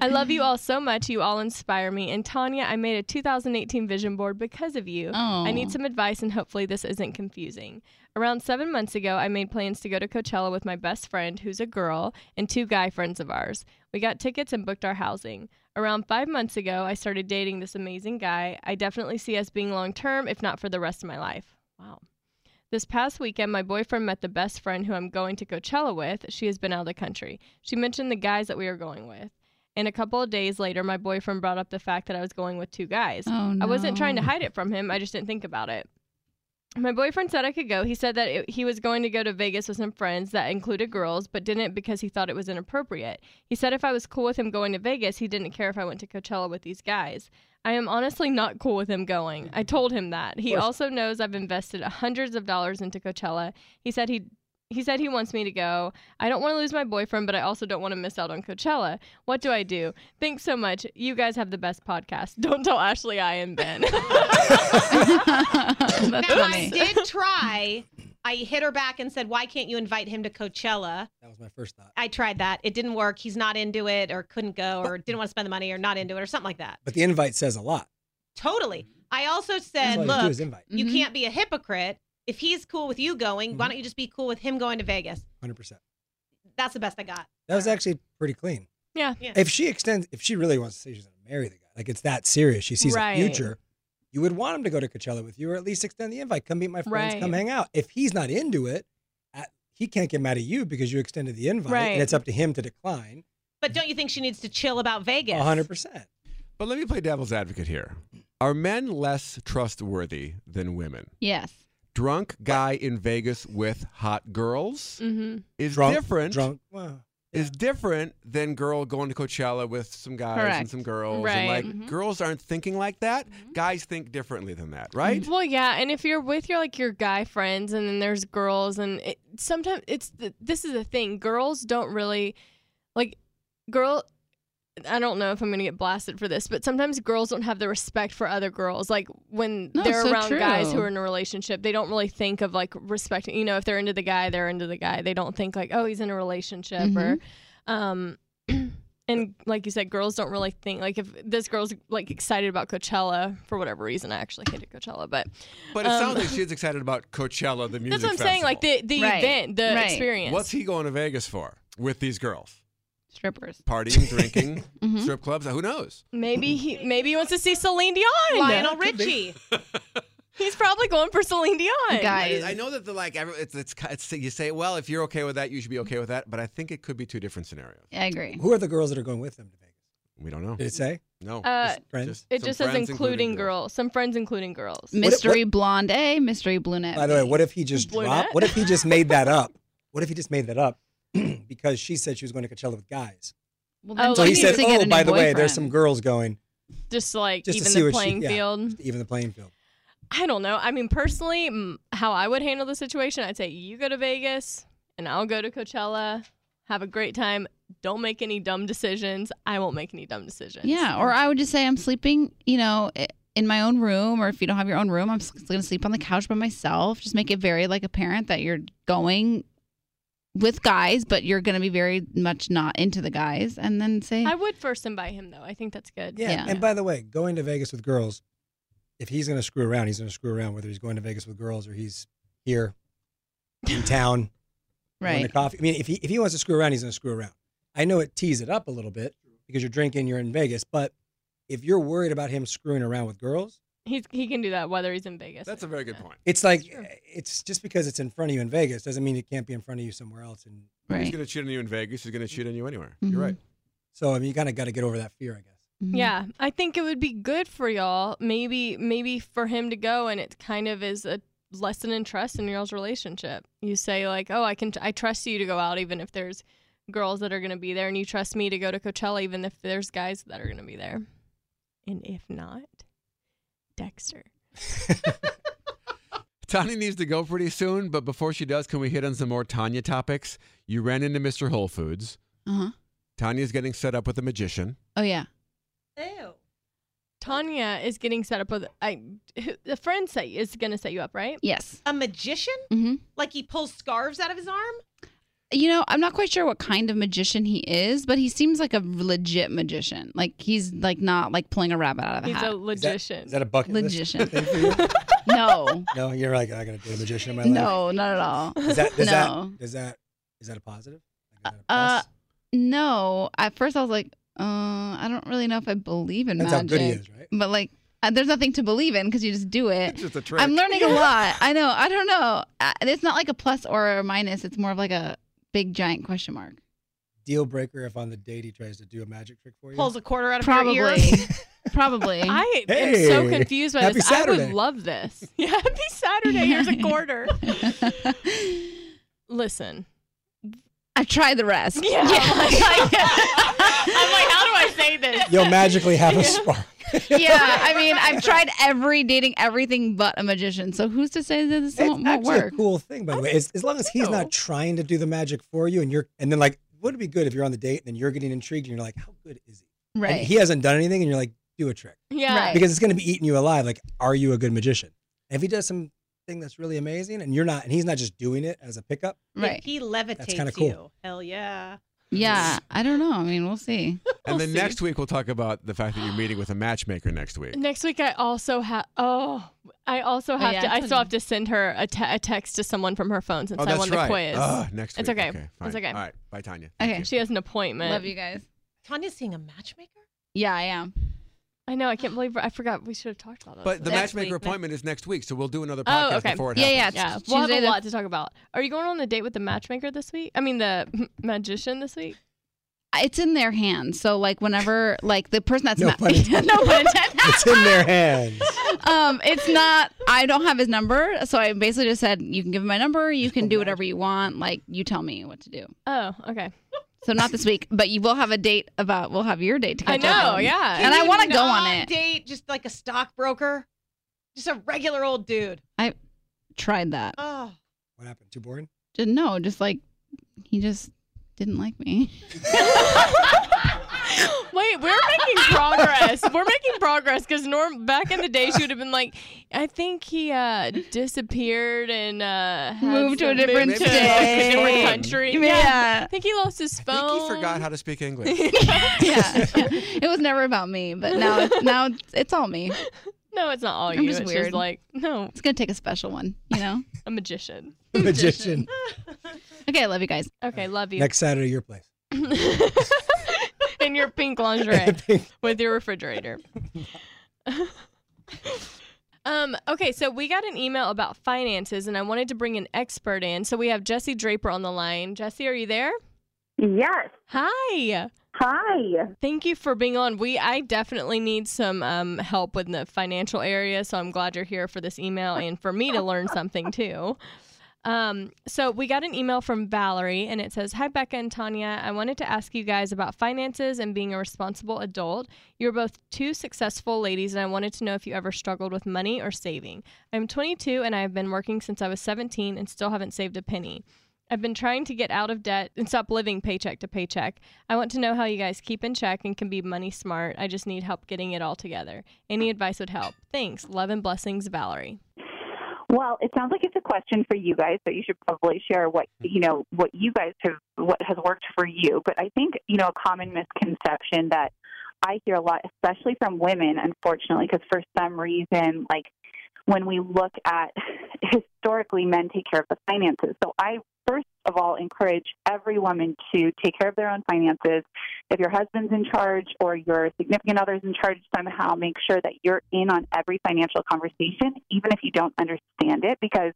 Speaker 2: I love you all so much. You all inspire me. And Tanya, I made a 2018 vision board because of you. I
Speaker 3: Aw.
Speaker 2: need some advice, and hopefully, this isn't confusing. Around seven months ago, I made plans to go to Coachella with my best friend, who's a girl, and two guy friends of ours. We got tickets and booked our housing. Around five months ago, I started dating this amazing guy. I definitely see us being long term, if not for the rest of my life. Wow. This past weekend, my boyfriend met the best friend who I'm going to Coachella with. She has been out of the country. She mentioned the guys that we are going with. And a couple of days later, my boyfriend brought up the fact that I was going with two guys.
Speaker 3: Oh, no.
Speaker 2: I wasn't trying to hide it from him. I just didn't think about it. My boyfriend said I could go. He said that it, he was going to go to Vegas with some friends that included girls, but didn't because he thought it was inappropriate. He said if I was cool with him going to Vegas, he didn't care if I went to Coachella with these guys. I am honestly not cool with him going. I told him that. He also knows I've invested hundreds of dollars into Coachella. He said he he said he wants me to go. I don't want to lose my boyfriend, but I also don't want to miss out on Coachella. What do I do? Thanks so much. You guys have the best podcast. Don't tell Ashley I am Ben.
Speaker 3: That's
Speaker 5: now I
Speaker 3: funny.
Speaker 5: did try. I hit her back and said, "Why can't you invite him to Coachella?"
Speaker 4: That was my first thought.
Speaker 5: I tried that. It didn't work. He's not into it, or couldn't go, or didn't want to spend the money, or not into it, or something like that.
Speaker 4: But the invite says a lot.
Speaker 5: Totally. I also
Speaker 4: That's
Speaker 5: said,
Speaker 4: all you do
Speaker 5: "Look,
Speaker 4: is Mm-hmm. invite.
Speaker 5: you
Speaker 3: Mhm.
Speaker 5: can't be a hypocrite. If he's cool with you going, why
Speaker 4: Mhm.
Speaker 5: don't you just be cool with him going to Vegas?"
Speaker 4: 100%.
Speaker 5: That's the best I got.
Speaker 4: That was actually pretty clean.
Speaker 2: Yeah.
Speaker 5: Yeah.
Speaker 4: If she extends, if she really wants to say she's going to marry the guy, like it's that serious, she sees
Speaker 2: Right.
Speaker 4: a future, you would want him to go to Coachella with you or at least extend the invite. Come meet my friends,
Speaker 2: Right.
Speaker 4: come hang out. If he's not into it, at, he can't get mad at you because you extended the invite
Speaker 2: Right.
Speaker 4: and it's up to him to decline.
Speaker 5: But don't you think she needs to chill about Vegas?
Speaker 4: 100%.
Speaker 6: But let me play devil's advocate here. Are men less trustworthy than women?
Speaker 3: Yes.
Speaker 6: Drunk guy in Vegas with hot girls
Speaker 3: Mm-hmm.
Speaker 2: hmm
Speaker 6: is
Speaker 4: Drunk,
Speaker 6: different.
Speaker 4: Drunk. Well,
Speaker 6: Is different than girl going to Coachella with some guys and
Speaker 3: Correct.
Speaker 6: some girls.
Speaker 2: Right. Mm-hmm.
Speaker 6: And like
Speaker 3: Mhm.
Speaker 6: girls aren't thinking like that. Guys think differently than that, right?
Speaker 2: Well, yeah, and if you're with your like your guy friends, and then there's girls, and it, sometimes it's the, this is the thing. Girls don't really like girl. I don't know if I'm gonna get blasted for this, but sometimes girls don't have the respect for other girls. Like when
Speaker 3: No,
Speaker 2: they're
Speaker 3: so
Speaker 2: around guys who
Speaker 3: true.
Speaker 2: are in a relationship, they don't really think of like respecting. You know, if they're into the guy, they're into the guy. They don't think like, oh, he's in a relationship or,
Speaker 3: Mm-hmm.
Speaker 2: um, and like you said, girls don't really think like if this girl's like excited about Coachella for whatever reason. I actually hated Coachella, but
Speaker 6: But it
Speaker 2: Um,
Speaker 6: sounds like she's excited about Coachella, the music
Speaker 2: that's what I'm saying. Like
Speaker 6: festival.
Speaker 2: the the
Speaker 3: Right.
Speaker 2: event, the
Speaker 3: Right.
Speaker 2: experience.
Speaker 6: What's he going to Vegas for with these girls?
Speaker 3: Strippers.
Speaker 6: Partying, drinking,
Speaker 2: Mm-hmm.
Speaker 6: strip clubs? Who knows?
Speaker 2: maybe he maybe he wants to see Celine Dion.
Speaker 5: Lionel Richie.
Speaker 2: He's probably going for Celine Dion.
Speaker 3: Guys.
Speaker 6: I know that the like every- it's, it's it's you say well if you're okay with that you should be okay with that but I think it could be two different scenarios.
Speaker 3: I agree.
Speaker 4: who are the girls that are going with them to Vegas?
Speaker 6: We don't know.
Speaker 4: Did it say?
Speaker 6: No.
Speaker 2: Uh,
Speaker 4: Friends?
Speaker 2: It
Speaker 6: some
Speaker 2: just says
Speaker 6: friends,
Speaker 2: including, girls. some friends including girls.
Speaker 3: Mystery blonde A, mystery brunette.
Speaker 4: By the way, what if he just
Speaker 2: Blue
Speaker 4: dropped?
Speaker 2: net?
Speaker 4: What if he just made that up? What if he just made that up because she said she was going to Coachella with guys?
Speaker 3: Well,
Speaker 2: Oh,
Speaker 3: then
Speaker 4: So
Speaker 2: She
Speaker 4: he
Speaker 3: needs
Speaker 4: said,
Speaker 3: to get
Speaker 4: "Oh,
Speaker 3: a new
Speaker 4: by the way, there's some
Speaker 3: boyfriend."
Speaker 4: girls going
Speaker 2: Just like
Speaker 4: just
Speaker 2: even
Speaker 4: to see
Speaker 2: the
Speaker 4: what
Speaker 2: playing
Speaker 4: she, yeah,
Speaker 2: field.
Speaker 4: just even the playing field."
Speaker 2: I don't know. I mean, personally, m- how I would handle the situation, I'd say you go to Vegas and I'll go to Coachella. Have a great time. Don't make any dumb decisions. I won't make any dumb decisions.
Speaker 3: Yeah, or I would just say I'm sleeping, you know, i- in my own room, or if you don't have your own room, I'm s- gonna sleep on the couch by myself. Just make it very like apparent that you're going with guys, but you're gonna be very much not into the guys, and then say,
Speaker 2: I would first invite him though. I think that's good.
Speaker 4: Yeah.
Speaker 3: Yeah.
Speaker 4: And by the way, going to Vegas with girls, if he's going to screw around, he's going to screw around. Whether he's going to Vegas with girls or he's here in town, going to
Speaker 3: right,
Speaker 4: coffee. I mean, if he if he wants to screw around, he's going to screw around. I know it tees it up a little bit because you're drinking, you're in Vegas, but if you're worried about him screwing around with girls,
Speaker 2: He's he can do that whether he's in Vegas.
Speaker 6: That's a very good point.
Speaker 4: It's like it's just because it's in front of you in Vegas doesn't mean it can't be in front of you somewhere else. And
Speaker 6: He's
Speaker 3: Right.
Speaker 6: going to cheat on you in Vegas. He's going to cheat on you anywhere.
Speaker 3: Mhm.
Speaker 2: Mm-hmm.
Speaker 6: You're right.
Speaker 4: so I mean, you kind of got to get over that fear, I guess.
Speaker 3: Mhm.
Speaker 2: Yeah, I think it would be good for y'all. Maybe maybe for him to go, and it kind of is a lesson in trust in y'all's relationship. You say like, "Oh, I can, I trust you to go out, even if there's girls that are going to be there, and you trust me to go to Coachella, even if there's guys that are going to be there." And if not, Dexter.
Speaker 6: Tanya needs to go pretty soon, but before she does, can we hit on some more Tanya topics? You ran into Mr. Whole Foods.
Speaker 3: Uh-huh.
Speaker 6: Tanya's getting set up with a magician.
Speaker 3: Oh yeah.
Speaker 5: Ew.
Speaker 2: Tanya is getting set up with I, the friend set is going to set you up, right?
Speaker 3: Yes.
Speaker 5: A magician?
Speaker 3: hmm
Speaker 5: Like he pulls scarves out of his arm?
Speaker 3: You know, I'm not quite sure what kind of magician he is, but he seems like a legit magician. Like he's like not like pulling a rabbit out of a
Speaker 2: He's
Speaker 3: hat.
Speaker 2: a
Speaker 4: Is that-
Speaker 2: logician.
Speaker 4: Is that a bucket list
Speaker 3: Logician.
Speaker 4: thing for you?
Speaker 3: no,
Speaker 4: No, you're like I got to date a magician in my life.
Speaker 3: no, not at all.
Speaker 4: Is that does
Speaker 3: No.
Speaker 4: that does that is that a positive? Like, is that a
Speaker 3: Uh,
Speaker 4: plus?
Speaker 3: No, at first I was like, uh, I don't really know if I believe in
Speaker 4: That's how
Speaker 3: magic,
Speaker 4: good he is, right?
Speaker 3: but like, uh, there's nothing to believe in because you just do it.
Speaker 6: It's just a trick.
Speaker 3: I'm learning a lot. I know. I don't know. Uh, It's not like a plus or a minus. It's more of like a big giant question mark.
Speaker 4: Deal breaker if on the date he tries to do a magic trick for you.
Speaker 5: Pulls a quarter out of
Speaker 3: Probably.
Speaker 5: your ear?
Speaker 3: Probably.
Speaker 2: I am so
Speaker 4: Hey.
Speaker 2: confused by
Speaker 4: Happy
Speaker 2: this. I
Speaker 4: Saturday.
Speaker 2: would love this. Yeah, happy Saturday. Here's a quarter. Listen.
Speaker 3: I tried the rest.
Speaker 2: Yeah. I'm like, how do I say this?
Speaker 4: You'll magically have a spark.
Speaker 3: yeah, I mean, I've tried every dating everything but a magician. So who's to say that this
Speaker 4: It's
Speaker 3: won't, won't
Speaker 4: actually
Speaker 3: work?
Speaker 4: a cool thing, by the way. As, as long as he's
Speaker 2: so.
Speaker 4: not trying to do the magic for you, and you're, and then like, would it be good if you're on the date and then you're getting intrigued and you're like, how good is he?
Speaker 3: Right.
Speaker 4: And he hasn't done anything, and you're like, do a trick
Speaker 2: Yeah.
Speaker 3: Right.
Speaker 4: because it's going to be eating you alive. Like, are you a good magician? And if he does something that's really amazing, and you're not, and he's not just doing it as a pickup,
Speaker 3: right.
Speaker 5: He levitates
Speaker 4: kinda cool.
Speaker 5: you. Hell yeah.
Speaker 3: Yeah. I don't know. I mean, we'll see.
Speaker 6: and then
Speaker 2: see.
Speaker 6: next week, we'll talk about the fact that you're meeting with a matchmaker next week.
Speaker 2: Next week, I also have. Oh, I also
Speaker 3: Oh,
Speaker 2: have
Speaker 3: yeah,
Speaker 2: to. I
Speaker 3: that's
Speaker 2: still
Speaker 3: okay.
Speaker 2: have to send her a, te- a text to someone from her phone since
Speaker 6: oh,
Speaker 2: I
Speaker 6: that's
Speaker 2: won
Speaker 6: right.
Speaker 2: the quiz.
Speaker 6: Ugh, next week.
Speaker 2: It's okay.
Speaker 6: okay
Speaker 2: It's
Speaker 6: fine.
Speaker 2: okay.
Speaker 6: All right. Bye, Tanya.
Speaker 3: Okay.
Speaker 2: She has an appointment.
Speaker 3: Love you guys.
Speaker 5: Tanya's seeing a matchmaker?
Speaker 3: Yeah, I am.
Speaker 2: I know. I can't believe I forgot. We should have talked about this.
Speaker 6: But the
Speaker 5: Next
Speaker 6: matchmaker
Speaker 5: week, next-
Speaker 6: appointment is next week, so we'll do another
Speaker 2: Oh,
Speaker 6: podcast
Speaker 2: okay.
Speaker 6: before it
Speaker 3: Yeah,
Speaker 6: happens.
Speaker 3: yeah.
Speaker 2: yeah,
Speaker 3: It's
Speaker 2: we'll have a
Speaker 3: Tuesday the-
Speaker 2: lot to talk about. Are you going on a date with the matchmaker this week? I mean, the magician this week.
Speaker 3: It's in their hands. So like whenever like the person that's
Speaker 4: No
Speaker 3: not
Speaker 4: pun intended.
Speaker 3: no pun intended.
Speaker 4: it's in their hands.
Speaker 3: um, it's not. I don't have his number, so I basically just said you can give him my number. You can do whatever you want. Like you tell me what to do.
Speaker 2: Oh, okay.
Speaker 3: So not this week, but you will have a date about. We'll have your date to
Speaker 2: I
Speaker 3: catch up
Speaker 2: know.
Speaker 3: on.
Speaker 2: Yeah.
Speaker 3: And I
Speaker 5: you
Speaker 3: wanna go on
Speaker 5: not
Speaker 3: it.
Speaker 5: Date just like a stockbroker, just a regular old dude.
Speaker 3: Tried that.
Speaker 5: Oh,
Speaker 4: What happened? Too boring?
Speaker 3: Didn't know. Just like he just didn't like me.
Speaker 2: Wait, we're making progress. We're making progress because Norm back in the day she would have been like, I think he uh, disappeared and uh, had
Speaker 3: Moved to a
Speaker 2: some-
Speaker 3: different
Speaker 2: moved to a
Speaker 3: state.
Speaker 2: different country. I think he lost his
Speaker 6: I
Speaker 2: phone.
Speaker 6: think he forgot how to speak English.
Speaker 3: yeah, yeah. It was never about me, but now it's, now it's, it's all me.
Speaker 2: no, it's not all
Speaker 3: I'm
Speaker 2: you.
Speaker 3: just
Speaker 2: it's
Speaker 3: weird.
Speaker 2: just like no,
Speaker 3: It's gonna take a special one, you know.
Speaker 2: a magician.
Speaker 4: magician.
Speaker 3: Okay, I love you guys.
Speaker 2: Okay, love you.
Speaker 4: Next Saturday, your place.
Speaker 2: in your pink lingerie with your refrigerator. um, okay, so we got an email about finances, and I wanted to bring an expert in. So we have Jesse Draper on the line. Jesse, are you there?
Speaker 7: Yes.
Speaker 2: Hi.
Speaker 7: Hi.
Speaker 2: Thank you for being on. We I definitely need some um, help with the financial area, so I'm glad you're here for this email and for me to learn something too. Um, so we got an email from Valerie and it says, "Hi Becca and Tanya, I wanted to ask you guys about finances and being a responsible adult. You're both two successful ladies and I wanted to know if you ever struggled with money or saving. I'm 22 and I've been working since I was 17 and still haven't saved a penny. I've been trying to get out of debt and stop living paycheck to paycheck. I want to know how you guys keep in check and can be money smart. I just need help getting it all together. Any advice would help. Thanks. Love and blessings, Valerie.
Speaker 7: Well, it sounds like it's a question for you guys, so you should probably share what you know what you guys have what has worked for you. But I think you know a common misconception that I hear a lot, especially from women, unfortunately, because for some reason, like when we look at historically men take care of the finances. So I first of all encourage every woman to take care of their own finances. If your husband's in charge or your significant other's in charge somehow, make sure that you're in on every financial conversation, even if you don't understand it, because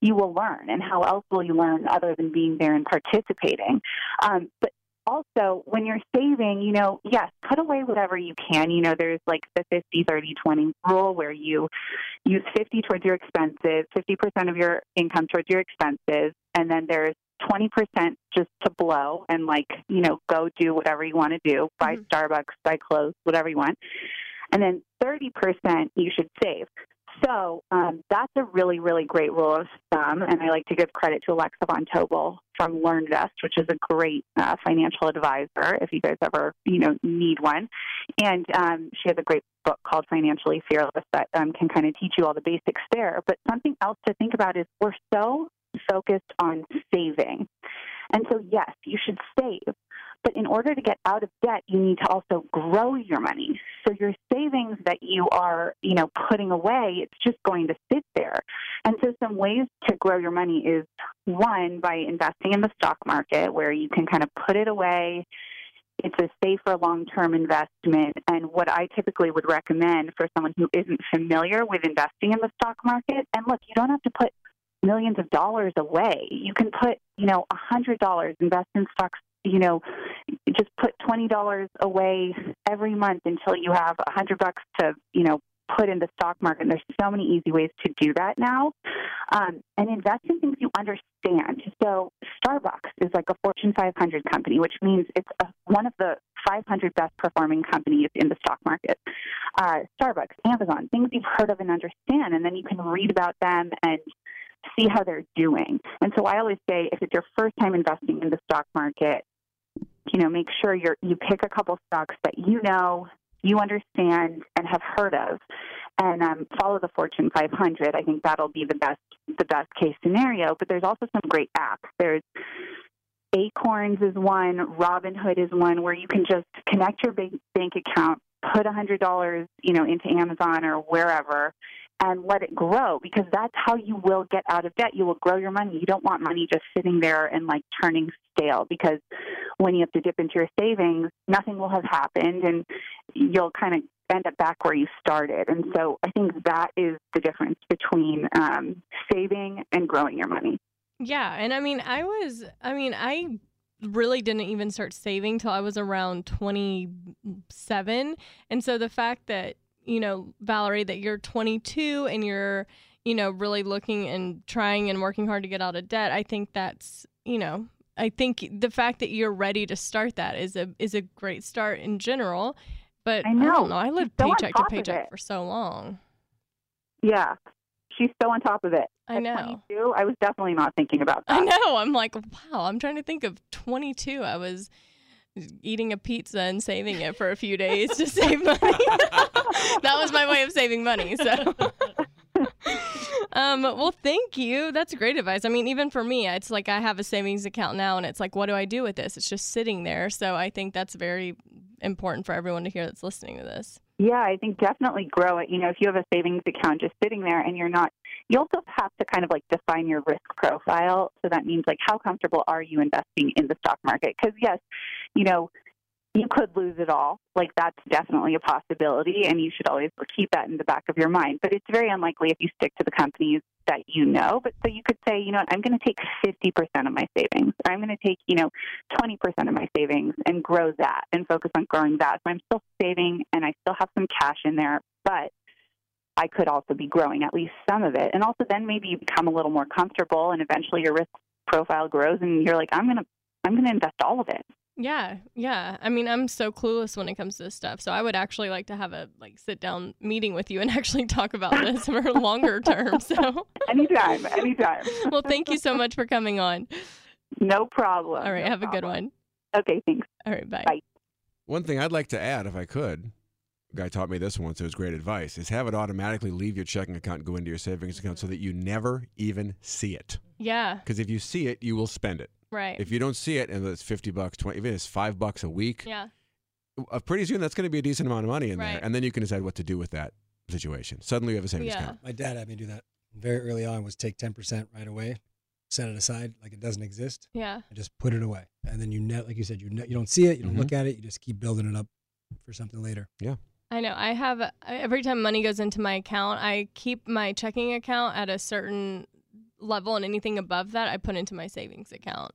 Speaker 7: you will learn. And how else will you learn other than being there and participating? Um, but also, when you're saving, you know, yes, cut away whatever you can. You know, there's like the 50, 30, 20 rule where you use 50 towards your expenses, 50% of your income towards your expenses, and then there's 20% just to blow and like, you know, go do whatever you want to do, buy
Speaker 2: Mhm.
Speaker 7: Starbucks, buy clothes, whatever you want. And then 30% you should save. So um, that's a really, really great rule of thumb, and I like to give credit to Alexa Von Tobel from LearnVest, which is a great uh, financial advisor. If you guys ever, you know, need one, and um, she has a great book called Financially Fearless that um, can kind of teach you all the basics there. But something else to think about is we're so focused on saving, and so yes, you should save. But in order to get out of debt, you need to also grow your money. So your savings that you are, you know, putting away, it's just going to sit there. And so some ways to grow your money is one by investing in the stock market where you can kind of put it away. It's a safer long-term investment and what I typically would recommend for someone who isn't familiar with investing in the stock market and look, you don't have to put millions of dollars away. You can put, you know, a hundred dollars, invest in stocks, you know, just put twenty dollars away every month until you have a hundred bucks to, you know, put in the stock market. And there's so many easy ways to do that now. Um, and invest in things you understand. So Starbucks is like a Fortune 500 company, which means it's a, one of the 500 best performing companies in the stock market. Uh, Starbucks, Amazon, things you've heard of and understand, and then you can read about them and see how they're doing. And so I always say if it's your first time investing in the stock market, you know, make sure you're you pick a couple stocks that you know, you understand and have heard of and um, follow the Fortune 500. I think that'll be the best the best case scenario, but there's also some great apps. There's Acorns is one, Robinhood is one where you can just connect your bank, bank account, put $100, you know, into Amazon or wherever and let it grow because that's how you will get out of debt. You will grow your money. You don't want money just sitting there and like turning stale because when you have to dip into your savings, nothing will have happened and you'll kind of end up back where you started. And so I think that is the difference between um, saving and growing your money.
Speaker 2: Yeah, and I mean, I was, I mean, I really didn't even start saving till I was around 27. And so the fact that, you know, Valerie, that you're 22 and you're, you know, really looking and trying and working hard to get out of debt, I think that's, you know, I think the fact that you're ready to start that is a is a great start in general. But
Speaker 7: I
Speaker 2: I,
Speaker 7: know.
Speaker 2: don't know. I lived
Speaker 7: Go on
Speaker 2: paycheck
Speaker 7: top
Speaker 2: to
Speaker 7: of
Speaker 2: paycheck
Speaker 7: it.
Speaker 2: for so long.
Speaker 7: Yeah. She's so on top of it.
Speaker 2: I
Speaker 7: At
Speaker 2: know.
Speaker 7: 22, I was definitely not thinking about
Speaker 2: I
Speaker 7: that.
Speaker 2: know. I'm like, wow. I'm trying to think of 22. I was eating a pizza and saving it for a few days to save money. that was my way of saving money. So. Um, well, thank you. That's great advice. I mean, even for me, it's like I have a savings account now, and it's like, what do I do with this? It's just sitting there. So I think that's very important for everyone to hear that's listening to this.
Speaker 7: Yeah, I think definitely grow it. You know, if you have a savings account just sitting there and you're not, you also have to kind of like define your risk profile. So that means like how comfortable are you investing in the stock market? Because, yes, you know, you could lose it all. Like that's definitely a possibility. And you should always keep that in the back of your mind. But it's very unlikely if you stick to the companies that you know. But so you could say, you know, what, I'm going to take 50% of my savings. Or I'm going to take, you know, 20% of my savings and grow that and focus on growing that. So I'm still saving and I still have some cash in there, but I could also be growing at least some of it. And also then maybe you become a little more comfortable and eventually your risk profile grows and you're like, I'm going to, I'm going to invest all of it.
Speaker 2: Yeah, yeah. I mean, I'm so clueless when it comes to this stuff. So I would actually like to have a like sit down meeting with you and actually talk about this for longer term. So,
Speaker 7: Anytime, anytime.
Speaker 2: well, thank you so much for coming on.
Speaker 7: No problem.
Speaker 2: All right,
Speaker 7: no
Speaker 2: have a good
Speaker 7: problem.
Speaker 2: one.
Speaker 7: Okay, thanks.
Speaker 2: All right, bye.
Speaker 7: Bye.
Speaker 6: One thing I'd like to add, if I could, a guy taught me this once. It was great advice. Is have it automatically leave your checking account, and go into your savings account, so that you never even see it.
Speaker 2: Yeah,
Speaker 6: Because if you see it, you will spend it.
Speaker 2: right.
Speaker 6: If you don't see it, and it's fifty bucks, twenty, even if it's five bucks a week,
Speaker 2: Yeah,
Speaker 6: uh, pretty soon that's going to be a decent amount of money in
Speaker 2: Right.
Speaker 6: there, and then you can decide what to do with that. situation. Suddenly you have a savings account.
Speaker 4: My dad had me do that very early on. Was take ten percent right away, set it aside like it doesn't exist,
Speaker 2: Yeah.
Speaker 4: and just put it away. And then you net, like you said, you ne- you don't see it, you don't
Speaker 6: Mhm.
Speaker 4: look at it, you just keep building it up for something later.
Speaker 2: I know. I have I- every time money goes into my account, I keep my checking account at a certain level, and anything above that, I put into my savings account.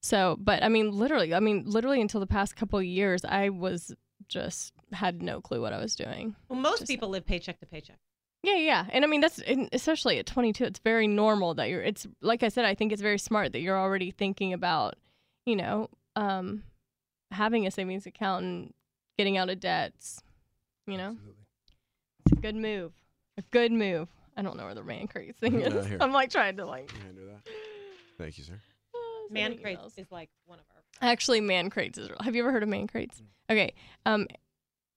Speaker 2: So, but I mean, literally, I mean, literally until the past couple of years, I was just had no clue what I was doing.
Speaker 5: Well, most
Speaker 2: Just-
Speaker 5: people live paycheck to paycheck.
Speaker 2: Yeah, yeah, and I mean that's and especially at 22, it's very normal that you're. It's like I said, I think it's very smart that you're already thinking about, you know, um, having a savings account and getting out of debts. You know,
Speaker 4: Absolutely.
Speaker 2: it's a good move. A good move. I don't know where the man craze thing
Speaker 6: Yeah,
Speaker 2: is.
Speaker 6: here.
Speaker 2: I'm like trying to like.
Speaker 6: Yeah, I knew that. Thank you, sir.
Speaker 2: Oh,
Speaker 5: Man
Speaker 2: sending
Speaker 5: crates
Speaker 2: emails.
Speaker 5: is like one of our.
Speaker 2: Actually, man crates is real. Have you ever heard of man crates? Okay. Um,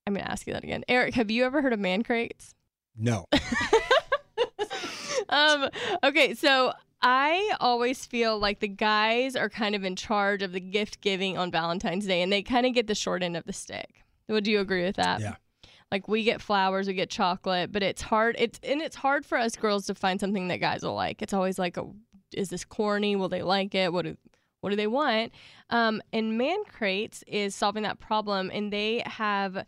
Speaker 2: I'm gonna ask you that again, Eric. Have you ever heard of man crates?
Speaker 4: No,
Speaker 2: um, okay, so I always feel like the guys are kind of in charge of the gift giving on Valentine's Day and they kind of get the short end of the stick. Would you agree with that?
Speaker 4: Yeah.
Speaker 2: Like we get flowers, we get chocolate, but it's hard it's and it's hard for us girls to find something that guys will like. It's always like a, is this corny? Will they like it? What do what do they want? Um, and Man Crates is solving that problem and they have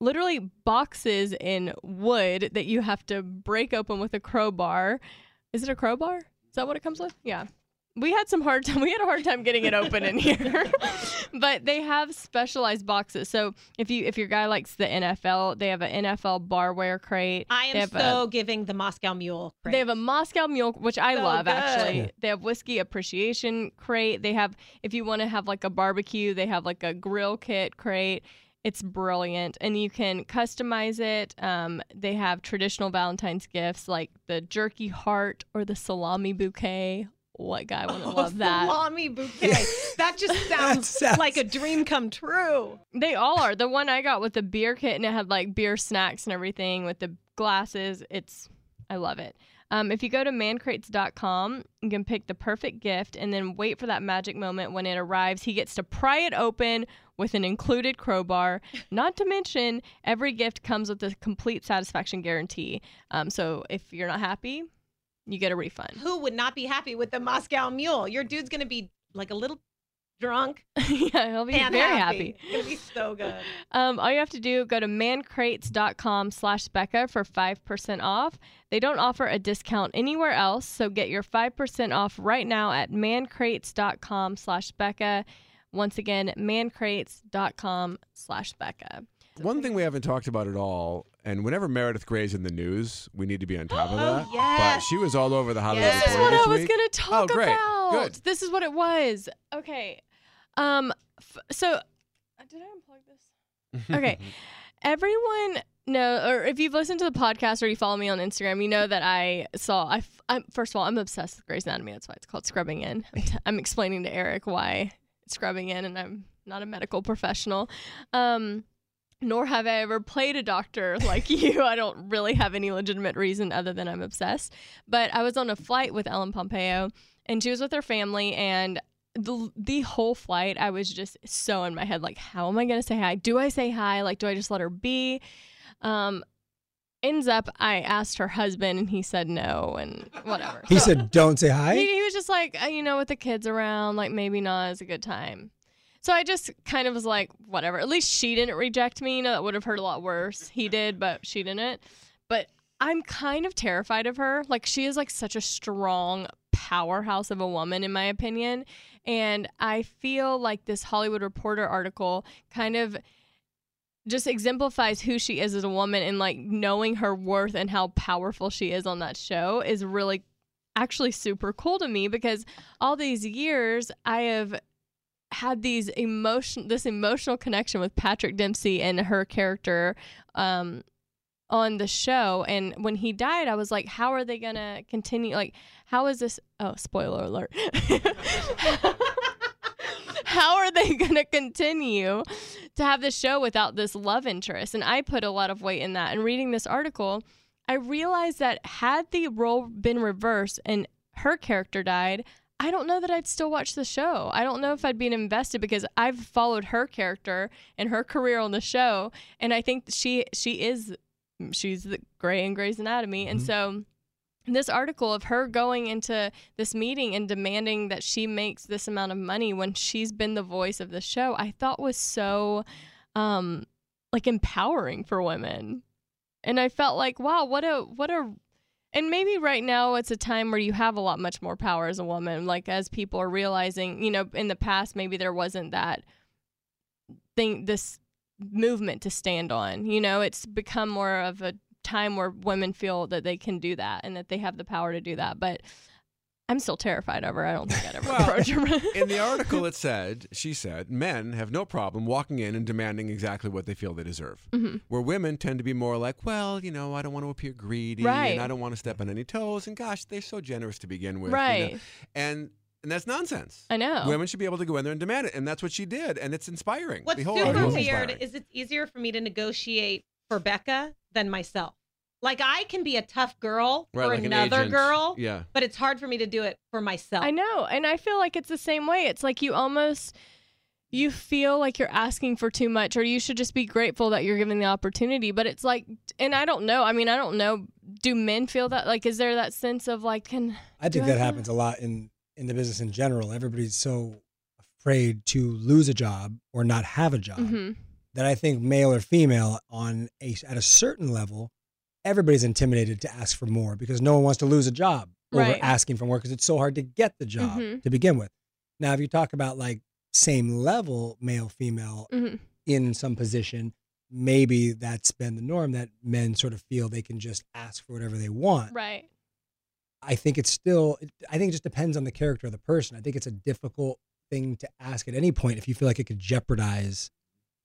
Speaker 2: literally boxes in wood that you have to break open with a crowbar. Is it a crowbar? Is that what it comes with? Yeah. We had some hard time. We had a hard time getting it open in here. but they have specialized boxes. So if you if your guy likes the NFL, they have an NFL barware crate.
Speaker 5: I
Speaker 2: They
Speaker 5: am
Speaker 2: have
Speaker 5: so giving the Moscow Mule. Craze.
Speaker 2: They have a Moscow Mule, which I
Speaker 5: So
Speaker 2: love
Speaker 5: good.
Speaker 2: actually.
Speaker 4: Yeah.
Speaker 2: They have whiskey appreciation crate. They have if you want to have like a barbecue, they have like a grill kit crate. It's brilliant, and you can customize it. Um, they have traditional Valentine's gifts like the jerky heart or the salami bouquet. What guy wouldn't
Speaker 5: Oh,
Speaker 2: love that?
Speaker 5: salami bouquet. that just sounds,
Speaker 4: sounds-
Speaker 5: like a dream come true.
Speaker 2: They all are. The one I got with the beer kit and it had like beer snacks and everything with the glasses. It's I love it. Um, if you go to mancrates.com, you can pick the perfect gift and then wait for that magic moment when it arrives. He gets to pry it open with an included crowbar. Not to mention, every gift comes with a complete satisfaction guarantee. Um, so if you're not happy, you get a refund.
Speaker 5: Who would not be happy with the Moscow Mule? Your dude's gonna be like a little drunk
Speaker 2: yeah, he'll be
Speaker 5: and
Speaker 2: very
Speaker 5: happy.
Speaker 2: happy.
Speaker 5: It's gonna be so good.
Speaker 2: Um, all you have to do, go to mancrates.com slash Becca for 5% off. They don't offer a discount anywhere else, so get your 5% off right now at mancrates.com slash Becca. Once again, mancrates.com slash Becca.
Speaker 6: One thing we haven't talked about at all, and whenever Meredith Gray's in the news, we need to be on top of
Speaker 2: Oh,
Speaker 6: that. But
Speaker 5: yes.
Speaker 6: she was all over the Hollywood
Speaker 5: Yes.
Speaker 2: This is
Speaker 5: Or
Speaker 6: Reporter
Speaker 2: what
Speaker 6: this
Speaker 2: I was
Speaker 6: week.
Speaker 2: going to
Speaker 6: Oh,
Speaker 2: talk
Speaker 6: great.
Speaker 2: about.
Speaker 6: Good.
Speaker 2: This is what it was. Okay. Um, f- so, uh, did I unplug this? Okay. Everyone know, or if you've listened to the podcast or you follow me on Instagram, you know that I saw. I f- I'm, first of all, I'm obsessed with Grey's Anatomy. That's why it's called Scrubbing In. I'm, t- I'm explaining to Eric why it's Scrubbing In, and I'm not a medical professional. Um, nor have I ever played a doctor like you. I don't really have any legitimate reason other than I'm obsessed. But I was on a flight with Ellen Pompeo, and she was with her family, and the, the whole flight, I was just so in my head, like, how am I going to say hi? Do I say hi? Like, do I just let her be? Um, ends up, I asked her husband, and he said no, and whatever.
Speaker 4: he
Speaker 2: So-
Speaker 4: said, "Don't say
Speaker 2: he,
Speaker 4: hi."
Speaker 2: he was just like, uh, you know, with the kids around, like maybe not as a good time. So I just kind of was like, whatever. At least she didn't reject me. You know, that would have hurt a lot worse. He did, but she didn't. But I'm kind of terrified of her. Like she is like such a strong powerhouse of a woman, in my opinion. And I feel like this Hollywood Reporter article kind of just exemplifies who she is as a woman and like knowing her worth and how powerful she is on that show is really actually super cool to me because all these years I have had these emotion this emotional connection with Patrick Dempsey and her character um on the show and when he died I was like how are they going to continue like how is this oh spoiler alert how are they going to continue to have this show without this love interest and I put a lot of weight in that and reading this article I realized that had the role been reversed and her character died, I don't know that I'd still watch the show. I don't know if I'd been invested because I've followed her character and her career on the show, and I think she she is she's the gray in Grey's Anatomy. And
Speaker 6: Mhm.
Speaker 2: so this article of her going into this meeting and demanding that she makes this amount of money when she's been the voice of the show, I thought was so um like empowering for women. And I felt like, wow, what a what a and maybe right now it's a time where you have a lot much more power as a woman, like as people are realizing, you know, in the past maybe there wasn't that thing this movement to stand on. You know, it's become more of a time where women feel that they can do that and that they have the power to do that. But I'm still terrified of her. I don't think I'd ever
Speaker 6: Well,
Speaker 2: approach her.
Speaker 6: In the article, it said, she said, men have no problem walking in and demanding exactly what they feel they deserve.
Speaker 2: Mhm.
Speaker 6: Where women tend to be more like, well, you know, I don't want to appear greedy
Speaker 2: Right.
Speaker 6: and I don't want to step on any toes. And gosh, they're so generous to begin with. you know.
Speaker 2: right.
Speaker 6: And, and that's nonsense.
Speaker 2: I know.
Speaker 6: Women should be able to go in there and demand it. And that's what she did. And it's inspiring.
Speaker 5: What's
Speaker 6: the whole
Speaker 5: super
Speaker 6: article's
Speaker 5: weird
Speaker 6: inspiring.
Speaker 5: is it's easier for me to negotiate for Becca than myself. Like I can be a tough girl
Speaker 6: Right,
Speaker 5: for
Speaker 6: like an
Speaker 5: another
Speaker 6: agent.
Speaker 5: girl,
Speaker 6: Yeah.
Speaker 5: but it's hard for me to do it for myself.
Speaker 2: I know. And I feel like it's the same way. It's like you almost you feel like you're asking for too much or you should just be grateful that you're given the opportunity, but it's like and I don't know. I mean, I don't know do men feel that like is there that sense of like can
Speaker 4: I think
Speaker 2: Do I
Speaker 4: that
Speaker 2: have-
Speaker 4: happens a lot in in the business in general. Everybody's so afraid to lose a job or not have a job
Speaker 2: Mhm.
Speaker 4: that I think male or female on a at a certain level, everybody's intimidated to ask for more because no one wants to lose a job over
Speaker 2: Right.
Speaker 4: asking for more because it's so hard to get the job
Speaker 2: Mhm.
Speaker 4: to begin with. Now, if you talk about like same level male female
Speaker 2: Mhm.
Speaker 4: in some position, maybe that's been the norm that men sort of feel they can just ask for whatever they want.
Speaker 2: right.
Speaker 4: I think it's still, I think it just depends on the character of the person. I think it's a difficult thing to ask at any point if you feel like it could jeopardize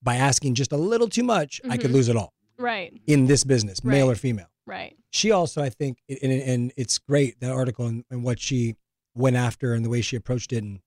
Speaker 4: by asking just a little too much, I could
Speaker 2: Mhm.
Speaker 4: lose it all
Speaker 2: Right.
Speaker 4: in this business, male
Speaker 2: Right.
Speaker 4: or female.
Speaker 2: Right.
Speaker 4: She also, I think, and, and- and it's great that article and, and what she went after and the way she approached it and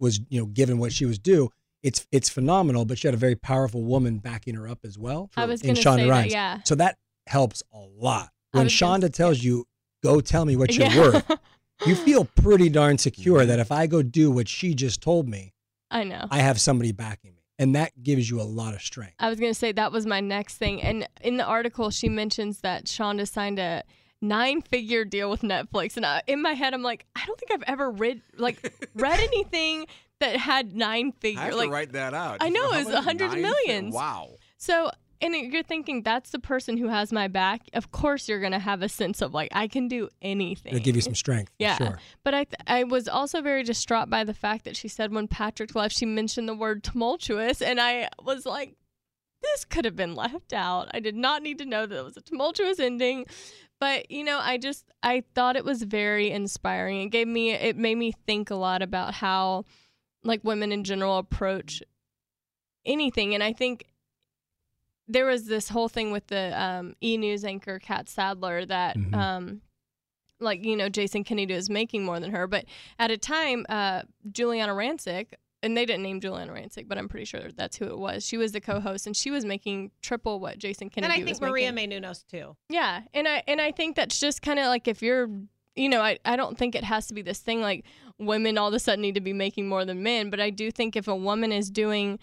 Speaker 4: was, you know, given what she was due. It's it's phenomenal, but she had a very powerful woman backing her up as well.
Speaker 2: I was
Speaker 4: in
Speaker 2: going to
Speaker 4: Shonda
Speaker 2: say that.
Speaker 4: Rhimes.
Speaker 2: Yeah.
Speaker 4: So that helps a lot.
Speaker 2: I
Speaker 4: When
Speaker 2: was gonna
Speaker 4: Shonda tells you, go tell me what you're
Speaker 2: yeah.
Speaker 4: worth, you feel pretty darn secure that if I go do what she just told me,
Speaker 2: I know.
Speaker 4: I have somebody backing me. And that gives you a lot of strength.
Speaker 2: I was going to say that was my next thing. And in the article, she mentions that Shonda signed a nine-figure deal with Netflix, and I, in my head, I'm like, I don't think I've ever read like read anything that had nine
Speaker 6: I have
Speaker 2: figure.
Speaker 6: to
Speaker 2: Like
Speaker 6: write that out.
Speaker 2: I know,
Speaker 6: How
Speaker 2: it was
Speaker 6: many
Speaker 2: hundreds of
Speaker 6: nine fi-
Speaker 2: millions.
Speaker 6: Wow.
Speaker 2: so. And you're thinking that's the person who has my back. Of course, you're gonna have a sense of like I can do anything.
Speaker 4: It'll give you some strength. for
Speaker 2: Yeah.
Speaker 4: Sure.
Speaker 2: But I, th- I was also very distraught by the fact that she said when Patrick left, she mentioned the word tumultuous. And I was like, this could have been left out. I did not need to know that it was a tumultuous ending. But, you know, I just, I thought it was very inspiring. It gave me, it made me think a lot about how, like, women in general approach anything. And I think there was this whole thing with the um, e news anchor, Kat Sadler, that,
Speaker 4: Mhm.
Speaker 2: um, like you know Jason Kennedy is making more than her, but at a time uh, Juliana Rancic and they didn't name Juliana Rancic, but I'm pretty sure that's who it was. She was the co-host and she was making triple what Jason
Speaker 5: and
Speaker 2: Kennedy
Speaker 5: I
Speaker 2: was
Speaker 5: think Maria
Speaker 2: making.
Speaker 5: May Menounos too.
Speaker 2: Yeah, and I and I think that's just kind of like if you're, you know, I I don't think it has to be this thing like women all of a sudden need to be making more than men, but I do think if a woman is doing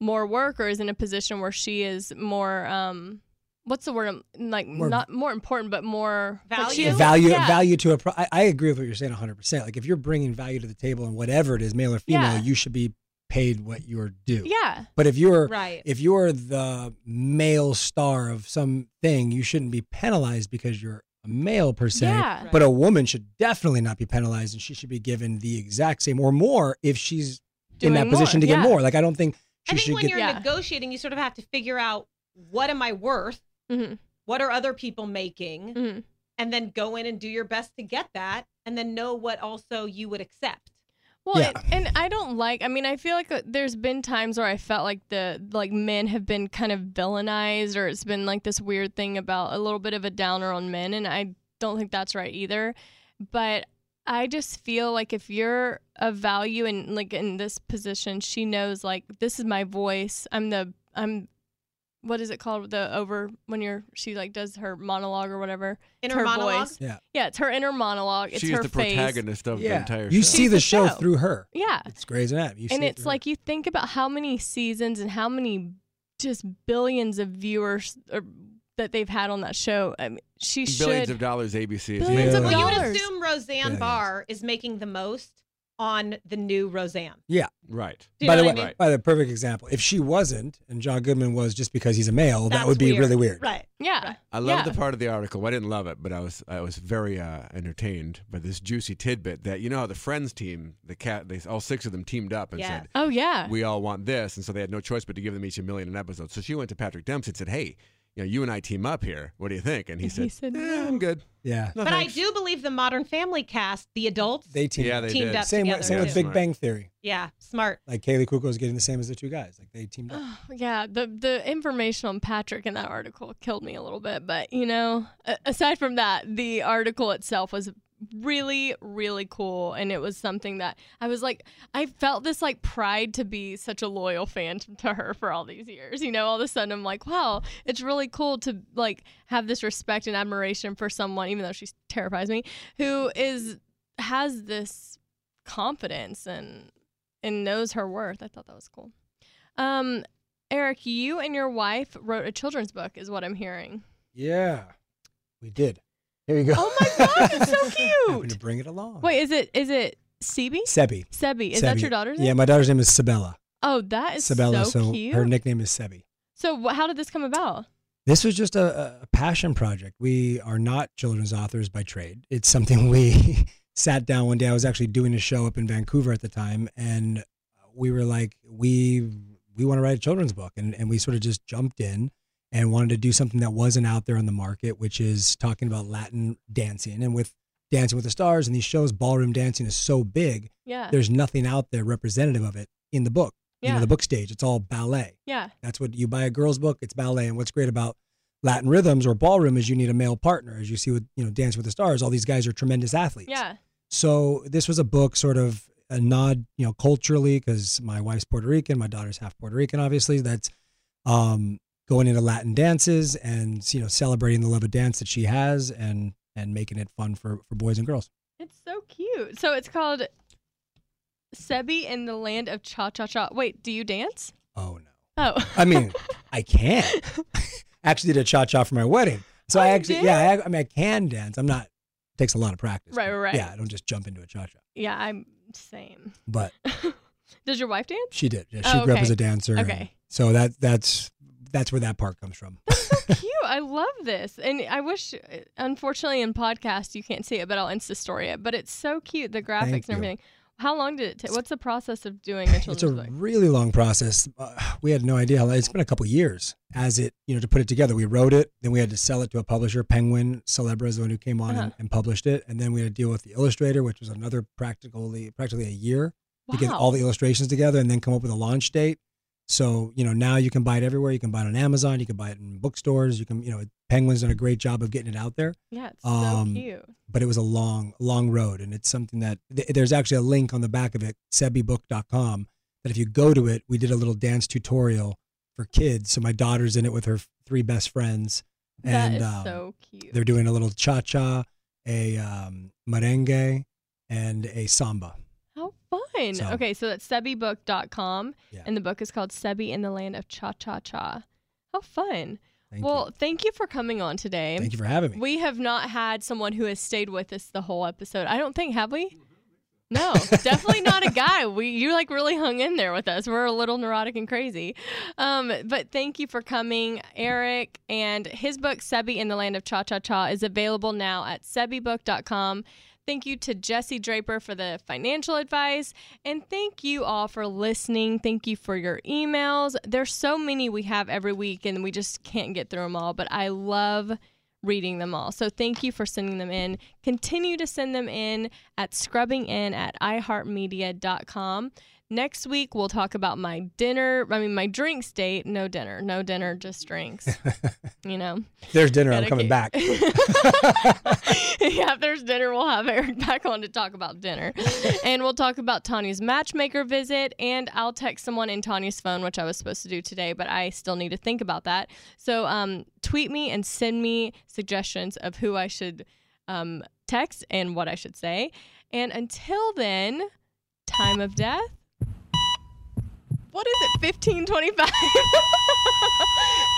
Speaker 2: more work or is in a position where she is more um what's the word I'm- like
Speaker 4: More-
Speaker 2: not more important but more like she
Speaker 5: Value?
Speaker 2: is-
Speaker 4: Value
Speaker 2: yeah.
Speaker 4: value to a pro- I, I agree with what you're saying 100%. Like if you're bringing value to the table and whatever it is, male or female,
Speaker 2: Yeah.
Speaker 4: you should be paid what you're due.
Speaker 2: yeah
Speaker 4: But if you're
Speaker 5: Right.
Speaker 4: if you're the male star of something, you shouldn't be penalized because you're a male per se.
Speaker 2: yeah
Speaker 5: Right.
Speaker 4: But a woman should definitely not be penalized, and she should be given the exact same or more if she's in that
Speaker 2: Doing
Speaker 4: position
Speaker 2: more,
Speaker 4: to get
Speaker 2: yeah.
Speaker 4: more. Like I don't think she
Speaker 5: I think
Speaker 4: should
Speaker 5: when
Speaker 4: get.
Speaker 5: you're
Speaker 2: Yeah.
Speaker 5: negotiating, you sort of have to figure out what am I worth?
Speaker 2: Mhm.
Speaker 5: What are other people making?
Speaker 2: Mhm.
Speaker 5: And then go in and do your best to get that and then know what also you would accept.
Speaker 2: Well,
Speaker 4: Yeah.
Speaker 2: and, and I don't like. I mean, I feel like uh, there's been times where I felt like the like men have been kind of villainized, or it's been like this weird thing about a little bit of a downer on men, and I don't think that's right either. But I just feel like if you're of value and like in this position, she knows like this is my voice. I'm the I'm. What is it called? The over when you're she like does her monologue or whatever. It's
Speaker 5: Inner
Speaker 2: her
Speaker 5: monologue?
Speaker 2: voice.
Speaker 4: Yeah.
Speaker 2: yeah, it's her inner monologue. It's
Speaker 6: She's
Speaker 2: her
Speaker 6: the
Speaker 2: face.
Speaker 6: protagonist of the
Speaker 4: yeah.
Speaker 6: entire
Speaker 4: you
Speaker 6: show.
Speaker 4: see the
Speaker 2: the
Speaker 4: show
Speaker 2: show.
Speaker 4: through her.
Speaker 2: Yeah,
Speaker 4: It's Grey's Anatomy. You see
Speaker 2: and
Speaker 4: it
Speaker 2: it's
Speaker 4: through her.
Speaker 2: like you think about how many seasons and how many just billions of viewers or that they've had on that show. I mean, she
Speaker 6: Billions
Speaker 2: should.
Speaker 6: of dollars, ABC. is
Speaker 2: Billions
Speaker 6: made
Speaker 2: of
Speaker 6: up.
Speaker 5: Well, you would
Speaker 2: Dollars.
Speaker 5: assume Roseanne
Speaker 4: Yeah.
Speaker 5: Barr is making the most on the new Roseanne.
Speaker 6: Right.
Speaker 5: Do you
Speaker 4: by
Speaker 5: know
Speaker 4: the way,
Speaker 5: what I mean?
Speaker 6: Right.
Speaker 4: by the perfect example, if she wasn't and John Goodman was just because he's a male, that
Speaker 5: That's
Speaker 4: would be really weird.
Speaker 5: Right.
Speaker 2: yeah.
Speaker 6: I love
Speaker 2: Yeah.
Speaker 6: the part of the article. Well, I didn't love it, but I was I was very uh, entertained by this juicy tidbit that you know how the Friends team, the cat, they all six of them teamed up and
Speaker 5: Yeah.
Speaker 6: said,
Speaker 2: Oh yeah.
Speaker 6: we all want this. And so they had no choice but to give them each a million an episode. So she went to Patrick Dempsey and said, hey, you know, you and I team up here. What do you think? And he
Speaker 2: And
Speaker 6: said,
Speaker 2: he said,
Speaker 6: "Eh, I'm good.
Speaker 4: Yeah,
Speaker 6: No,
Speaker 5: But
Speaker 6: thanks."
Speaker 5: I do believe the Modern Family cast, the adults,
Speaker 4: they team.
Speaker 6: Yeah,
Speaker 4: up.
Speaker 6: they
Speaker 5: Teamed
Speaker 6: did.
Speaker 5: up.
Speaker 4: same
Speaker 5: together.
Speaker 4: with, same with
Speaker 6: Yeah.
Speaker 4: Big
Speaker 6: Smart.
Speaker 4: Bang Theory.
Speaker 5: yeah, smart.
Speaker 4: Like Kaylee Kuko is getting the same as the two guys. Like they teamed up.
Speaker 2: Oh, yeah, the the information on Patrick in that article killed me a little bit, but you know, a- aside from that, the article itself was really really cool and it was something that I was like I felt this like pride to be such a loyal fan t- to her for all these years. You know, all of a sudden I'm like, wow, it's really cool to like have this respect and admiration for someone even though she terrifies me who is has this confidence and and knows her worth. I thought that was cool. Um, Eric, you and your wife wrote a children's book, is what I'm hearing.
Speaker 4: Yeah, we did. Here we go.
Speaker 2: Oh my God, that's so
Speaker 4: Happened to
Speaker 2: cute.
Speaker 4: bring it along.
Speaker 2: Wait, is it is it Sebi?
Speaker 4: Sebi.
Speaker 2: Sebi, is that
Speaker 4: Oh. Sebi.
Speaker 2: your daughter's
Speaker 4: Yeah,
Speaker 2: name?
Speaker 4: my daughter's name is Sabella.
Speaker 2: Oh, that is
Speaker 4: Sabella.
Speaker 2: so,
Speaker 4: So,
Speaker 2: cute.
Speaker 4: her nickname is Sebi.
Speaker 2: so, wh- how did this come about?
Speaker 4: This was just a, a passion project. We are not children's authors by trade. It's something we sat down one day. I was actually doing a show up in Vancouver at the time, and we were like, we we want to write a children's book, and and we sort of just jumped in and wanted to do something that wasn't out there on the market, which is talking about Latin dancing. And with Dancing with the Stars and these shows, ballroom dancing is so big.
Speaker 2: Yeah,
Speaker 4: There's nothing out there representative of it in the book. You
Speaker 2: Yeah.
Speaker 4: know, the book stage. It's all ballet.
Speaker 2: yeah,
Speaker 4: That's what you buy a girl's book. It's ballet. And what's great about Latin rhythms or ballroom is you need a male partner. As you see with you know Dance with the Stars, all these guys are tremendous athletes.
Speaker 2: yeah,
Speaker 4: So this was a book sort of a nod, you know, culturally because my wife's Puerto Rican, my daughter's half Puerto Rican. Obviously, that's um, going into Latin dances and you know celebrating the love of dance that she has and and making it fun for for boys and girls.
Speaker 2: it's so cute. So it's called Sebi in the Land of Cha Cha Cha. Wait, do you dance?
Speaker 4: Oh no.
Speaker 2: Oh,
Speaker 4: I mean, I can. actually did a cha cha for my wedding. So
Speaker 2: Oh,
Speaker 4: I
Speaker 2: you
Speaker 4: actually,
Speaker 2: did?
Speaker 4: yeah, I, I mean, I can dance. I'm not, it takes a lot of practice.
Speaker 2: Right,
Speaker 4: but
Speaker 2: right, right.
Speaker 4: Yeah, I don't just jump into a cha cha.
Speaker 2: yeah, I'm same.
Speaker 4: But
Speaker 2: Does your wife dance?
Speaker 4: she did. Yeah,
Speaker 2: Oh,
Speaker 4: she grew up
Speaker 2: okay.
Speaker 4: as a dancer. and
Speaker 2: Okay.
Speaker 4: So that that's that's where that part comes from.
Speaker 2: cute. I love this. And I wish, unfortunately, in podcast you can't see it, but I'll Insta story it. But it's so cute, the graphics
Speaker 4: Thank
Speaker 2: and
Speaker 4: you.
Speaker 2: everything. How long did it take? What's the process of doing a
Speaker 4: it's a
Speaker 2: children's book?
Speaker 4: really long process. Uh, we had no idea how. It's been a couple years as it you know to put it together. We wrote it, then we had to sell it to a publisher. Penguin Celebra is the one who came on and,
Speaker 2: Uh-huh.
Speaker 4: and published it, and then we had to deal with the illustrator, which was another practically practically a year. to get all the illustrations together and then come up with a launch date. So, you know, now you can buy it everywhere. You can buy it on Amazon. You can buy it in bookstores. You can, you know, Penguin's done a great job of getting it out there,
Speaker 2: yeah, it's so
Speaker 4: um,
Speaker 2: cute.
Speaker 4: but it was a long, long road. And it's something that th- there's actually a link on the back of it, sebibook.com, that if you go to it, we did a little dance tutorial for kids. So my daughter's in it with her f- three best friends.
Speaker 2: That is
Speaker 4: um,
Speaker 2: so cute.
Speaker 4: they're doing a little cha cha, a um, merengue, and a samba.
Speaker 2: How fun.
Speaker 4: So-
Speaker 2: Okay, so that's sebibook.com.
Speaker 4: Yeah.
Speaker 2: And the book is called Sebi in the Land of Cha Cha Cha. How fun.
Speaker 4: Thank
Speaker 2: well,
Speaker 4: you.
Speaker 2: thank you for coming on today.
Speaker 4: Thank you for having me.
Speaker 2: We have not had someone who has stayed with us the whole episode. I don't think have we? No, definitely not a guy. We you like really hung in there with us. We're a little neurotic and crazy. Um, but thank you for coming, Eric. And his book Sebi in the Land of Cha Cha Cha is available now at sebibook.com. Thank you to Jesse Draper for the financial advice. And thank you all for listening. Thank you for your emails. There's so many we have every week, and we just can't get through them all. But I love reading them all. So thank you for sending them in. Continue to send them in at scrubbingin at iheartmedia.com. Next week, we'll talk about my dinner, I mean, my drinks date. No dinner, no dinner, just drinks, you know.
Speaker 4: There's dinner. I'm
Speaker 2: Gotta
Speaker 4: coming
Speaker 2: keep-
Speaker 4: back.
Speaker 2: yeah, if there's dinner, we'll have Eric back on to talk about dinner. and we'll talk about Tanya's matchmaker visit. And I'll text someone in Tanya's phone, which I was supposed to do today, but I still need to think about that. So um, tweet me and send me suggestions of who I should um, text and what I should say. And until then, time of death. What is it? 1525?